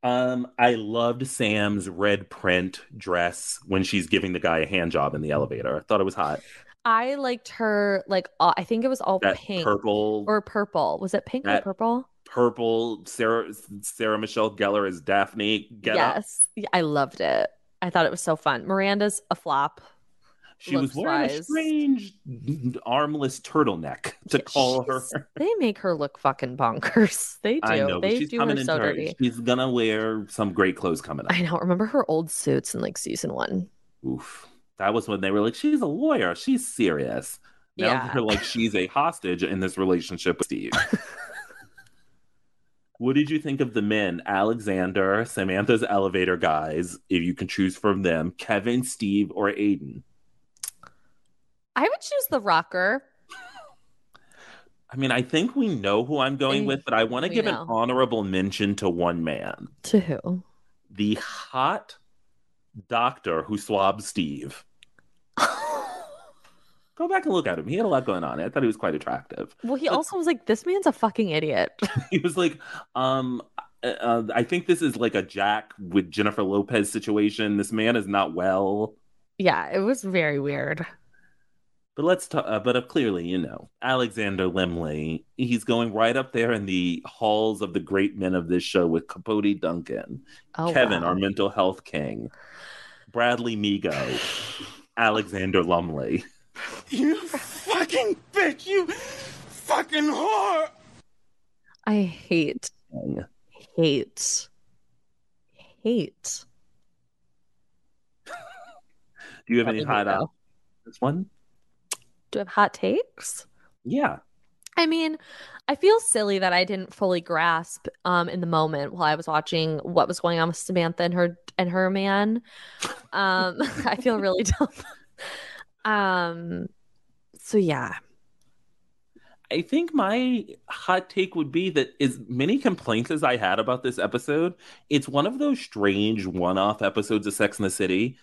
Speaker 2: Um, I loved Sam's red print dress when she's giving the guy a hand job in the elevator. I thought it was hot.
Speaker 1: I liked her like all, I think it was all
Speaker 2: That
Speaker 1: pink
Speaker 2: purple
Speaker 1: or purple. Was it pink or
Speaker 2: That-
Speaker 1: purple?
Speaker 2: purple Sarah Sarah Michelle Gellar as Daphne. Get up.
Speaker 1: yes. Yeah, I loved it. I thought it was so fun. Miranda's a flop.
Speaker 2: She was
Speaker 1: Looks
Speaker 2: wearing a
Speaker 1: wise.
Speaker 2: strange armless turtleneck to call her.
Speaker 1: She's- They make her look fucking bonkers. They do.
Speaker 2: I know but
Speaker 1: they
Speaker 2: she's
Speaker 1: do
Speaker 2: coming
Speaker 1: her
Speaker 2: in
Speaker 1: so
Speaker 2: her.
Speaker 1: dirty.
Speaker 2: She's gonna wear some great clothes coming up.
Speaker 1: I know. Remember her old suits in like season one?
Speaker 2: Oof. That was when they were like, she's a lawyer. She's serious. Now
Speaker 1: Yeah.
Speaker 2: they're like, she's a hostage in this relationship with Steve. what did you think of the men? Alexander, Samantha's elevator guys, if you can choose from them, Kevin, Steve, or Aiden.
Speaker 1: I would choose the rocker.
Speaker 2: I mean, I think we know who I'm going
Speaker 1: I
Speaker 2: with, but I want to
Speaker 1: we
Speaker 2: give
Speaker 1: know.
Speaker 2: an honorable mention to one man
Speaker 1: To who?
Speaker 2: the hot doctor who swabs Steve. Go back and look at him. He had a lot going on. I thought he was quite attractive.
Speaker 1: well, he also was like, this man's a fucking idiot.
Speaker 2: he was like, um, uh, uh, I think this is like a Jack with Jennifer Lopez situation. This man is not well,
Speaker 1: yeah, it was very weird.
Speaker 2: but let's talk. Uh, but uh, clearly, you know, Alexander Limley, he's going right up there in the halls of the great men of this show with Capote Duncan,
Speaker 1: Oh,
Speaker 2: Kevin,
Speaker 1: wow.
Speaker 2: our mental health king, Bradley Migo, Alexander Lumley.
Speaker 4: You fucking bitch! You fucking whore!
Speaker 1: I hate, hate, hate.
Speaker 2: Do you have any
Speaker 1: Bradley
Speaker 2: hot
Speaker 1: Migo.
Speaker 2: out this one?
Speaker 1: do I have hot takes?
Speaker 2: Yeah.
Speaker 1: I mean, I feel silly that I didn't fully grasp um in the moment while I was watching what was going on with Samantha and her and her man. Um I feel really dumb. Um so yeah.
Speaker 2: I think my hot take would be that as many complaints as I had about this episode, it's one of those strange one-off episodes of Sex in the City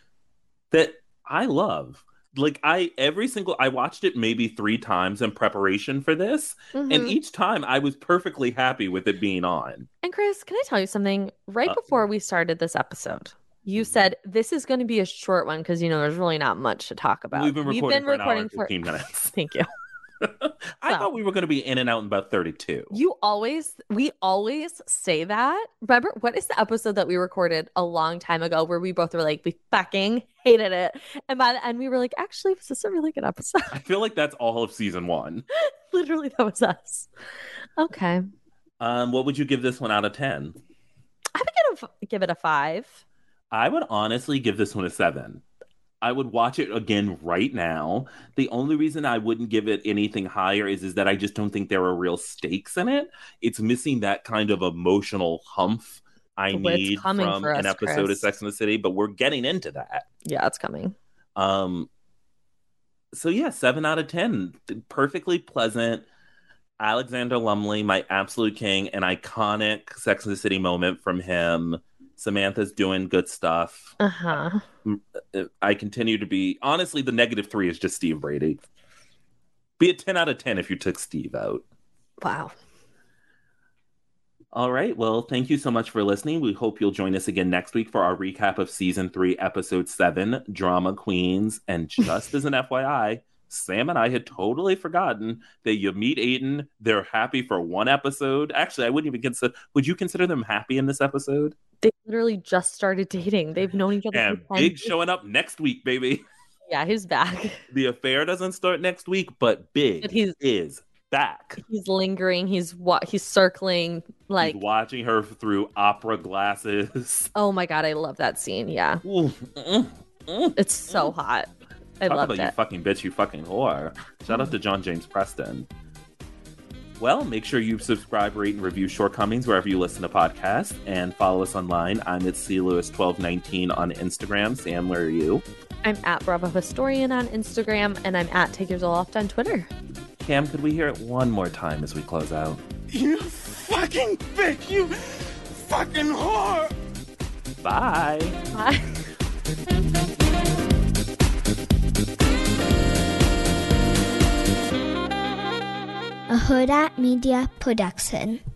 Speaker 2: that I love. Like I every single I watched it maybe 3 times in preparation for this, and
Speaker 1: Mhm.
Speaker 2: each time I was perfectly happy with it being on.
Speaker 1: And Chris, can I tell you something? Right
Speaker 2: Uh, Mm-hmm.
Speaker 1: before we started this episode, you said this is going to be a short one because you know there's really not much to talk about.
Speaker 2: We've been recording for an hour and
Speaker 1: for-
Speaker 2: 15 minutes.
Speaker 1: Thank you.
Speaker 2: I
Speaker 1: So-
Speaker 2: thought we were going to be in and out in about 32.
Speaker 1: You always, we always say that. Remember, what is the episode that we recorded a long time ago where we both were like, we fucking hated it, and by the end we were like, actually, this is a really good episode.
Speaker 2: I feel like that's all of season 1.
Speaker 1: Literally, that was us. Okay, I
Speaker 2: Um what would you give this one out of
Speaker 1: would
Speaker 2: 10?
Speaker 1: give it a, give it a five.
Speaker 2: I would honestly give this one a seven. I would watch it again right now. The only reason I wouldn't give it anything higher is is that I just don't think there are real stakes in it. It's missing that kind of emotional humph I
Speaker 1: Well, it's
Speaker 2: need from
Speaker 1: coming for
Speaker 2: an
Speaker 1: us,
Speaker 2: episode of
Speaker 1: Chris.
Speaker 2: Sex and the City, but we're getting into that.
Speaker 1: Yeah, it's coming.
Speaker 2: Um, so yeah, seven out of ten, perfectly pleasant. Alexander Lumley, my absolute king, an iconic Sex and the City moment from him. Samantha's doing good stuff.
Speaker 1: Uh huh.
Speaker 2: I continue to be honestly the negative three is just Steve Brady. Be a ten out of ten if you took Steve out.
Speaker 1: Wow.
Speaker 2: All right. Well, thank you so much for listening. We hope you'll join us again next week for our recap of season three, episode seven, Drama Queens. And just as an FYI, Sam and I had totally forgotten that you meet Aiden. They're happy for one episode. Actually, I wouldn't even consider. Would you consider them happy in this episode?
Speaker 1: They literally just started dating. They've known each other.
Speaker 2: And
Speaker 1: for 10
Speaker 2: Big
Speaker 1: years.
Speaker 2: showing up next week, baby.
Speaker 1: Yeah, he's back.
Speaker 2: The affair doesn't start next week, but Big
Speaker 1: But he's-
Speaker 2: is back.
Speaker 1: He's lingering. He's what? He's circling. Like,
Speaker 2: He's watching her through opera glasses.
Speaker 1: oh my god, I love that scene. Yeah,
Speaker 2: Ooh, mm, mm.
Speaker 1: it's so hot. I
Speaker 2: Talk
Speaker 1: loved
Speaker 2: about you
Speaker 1: it.
Speaker 2: fucking bitch, you fucking whore. Shout out to John James Preston. Well, make sure you subscribe, rate, and review Shortcomings wherever you listen to podcasts, and follow us online. I'm at C Lewis twelve nineteen on Instagram. Sam, where are you?
Speaker 1: I'm at Bravo Historian on Instagram, and I'm at Take Your Soul Off on Twitter.
Speaker 2: Cam, could we hear it one more time as we close out?
Speaker 4: You fucking bitch! You fucking whore!
Speaker 2: Bye.
Speaker 1: Bye.
Speaker 9: a Huda Media production.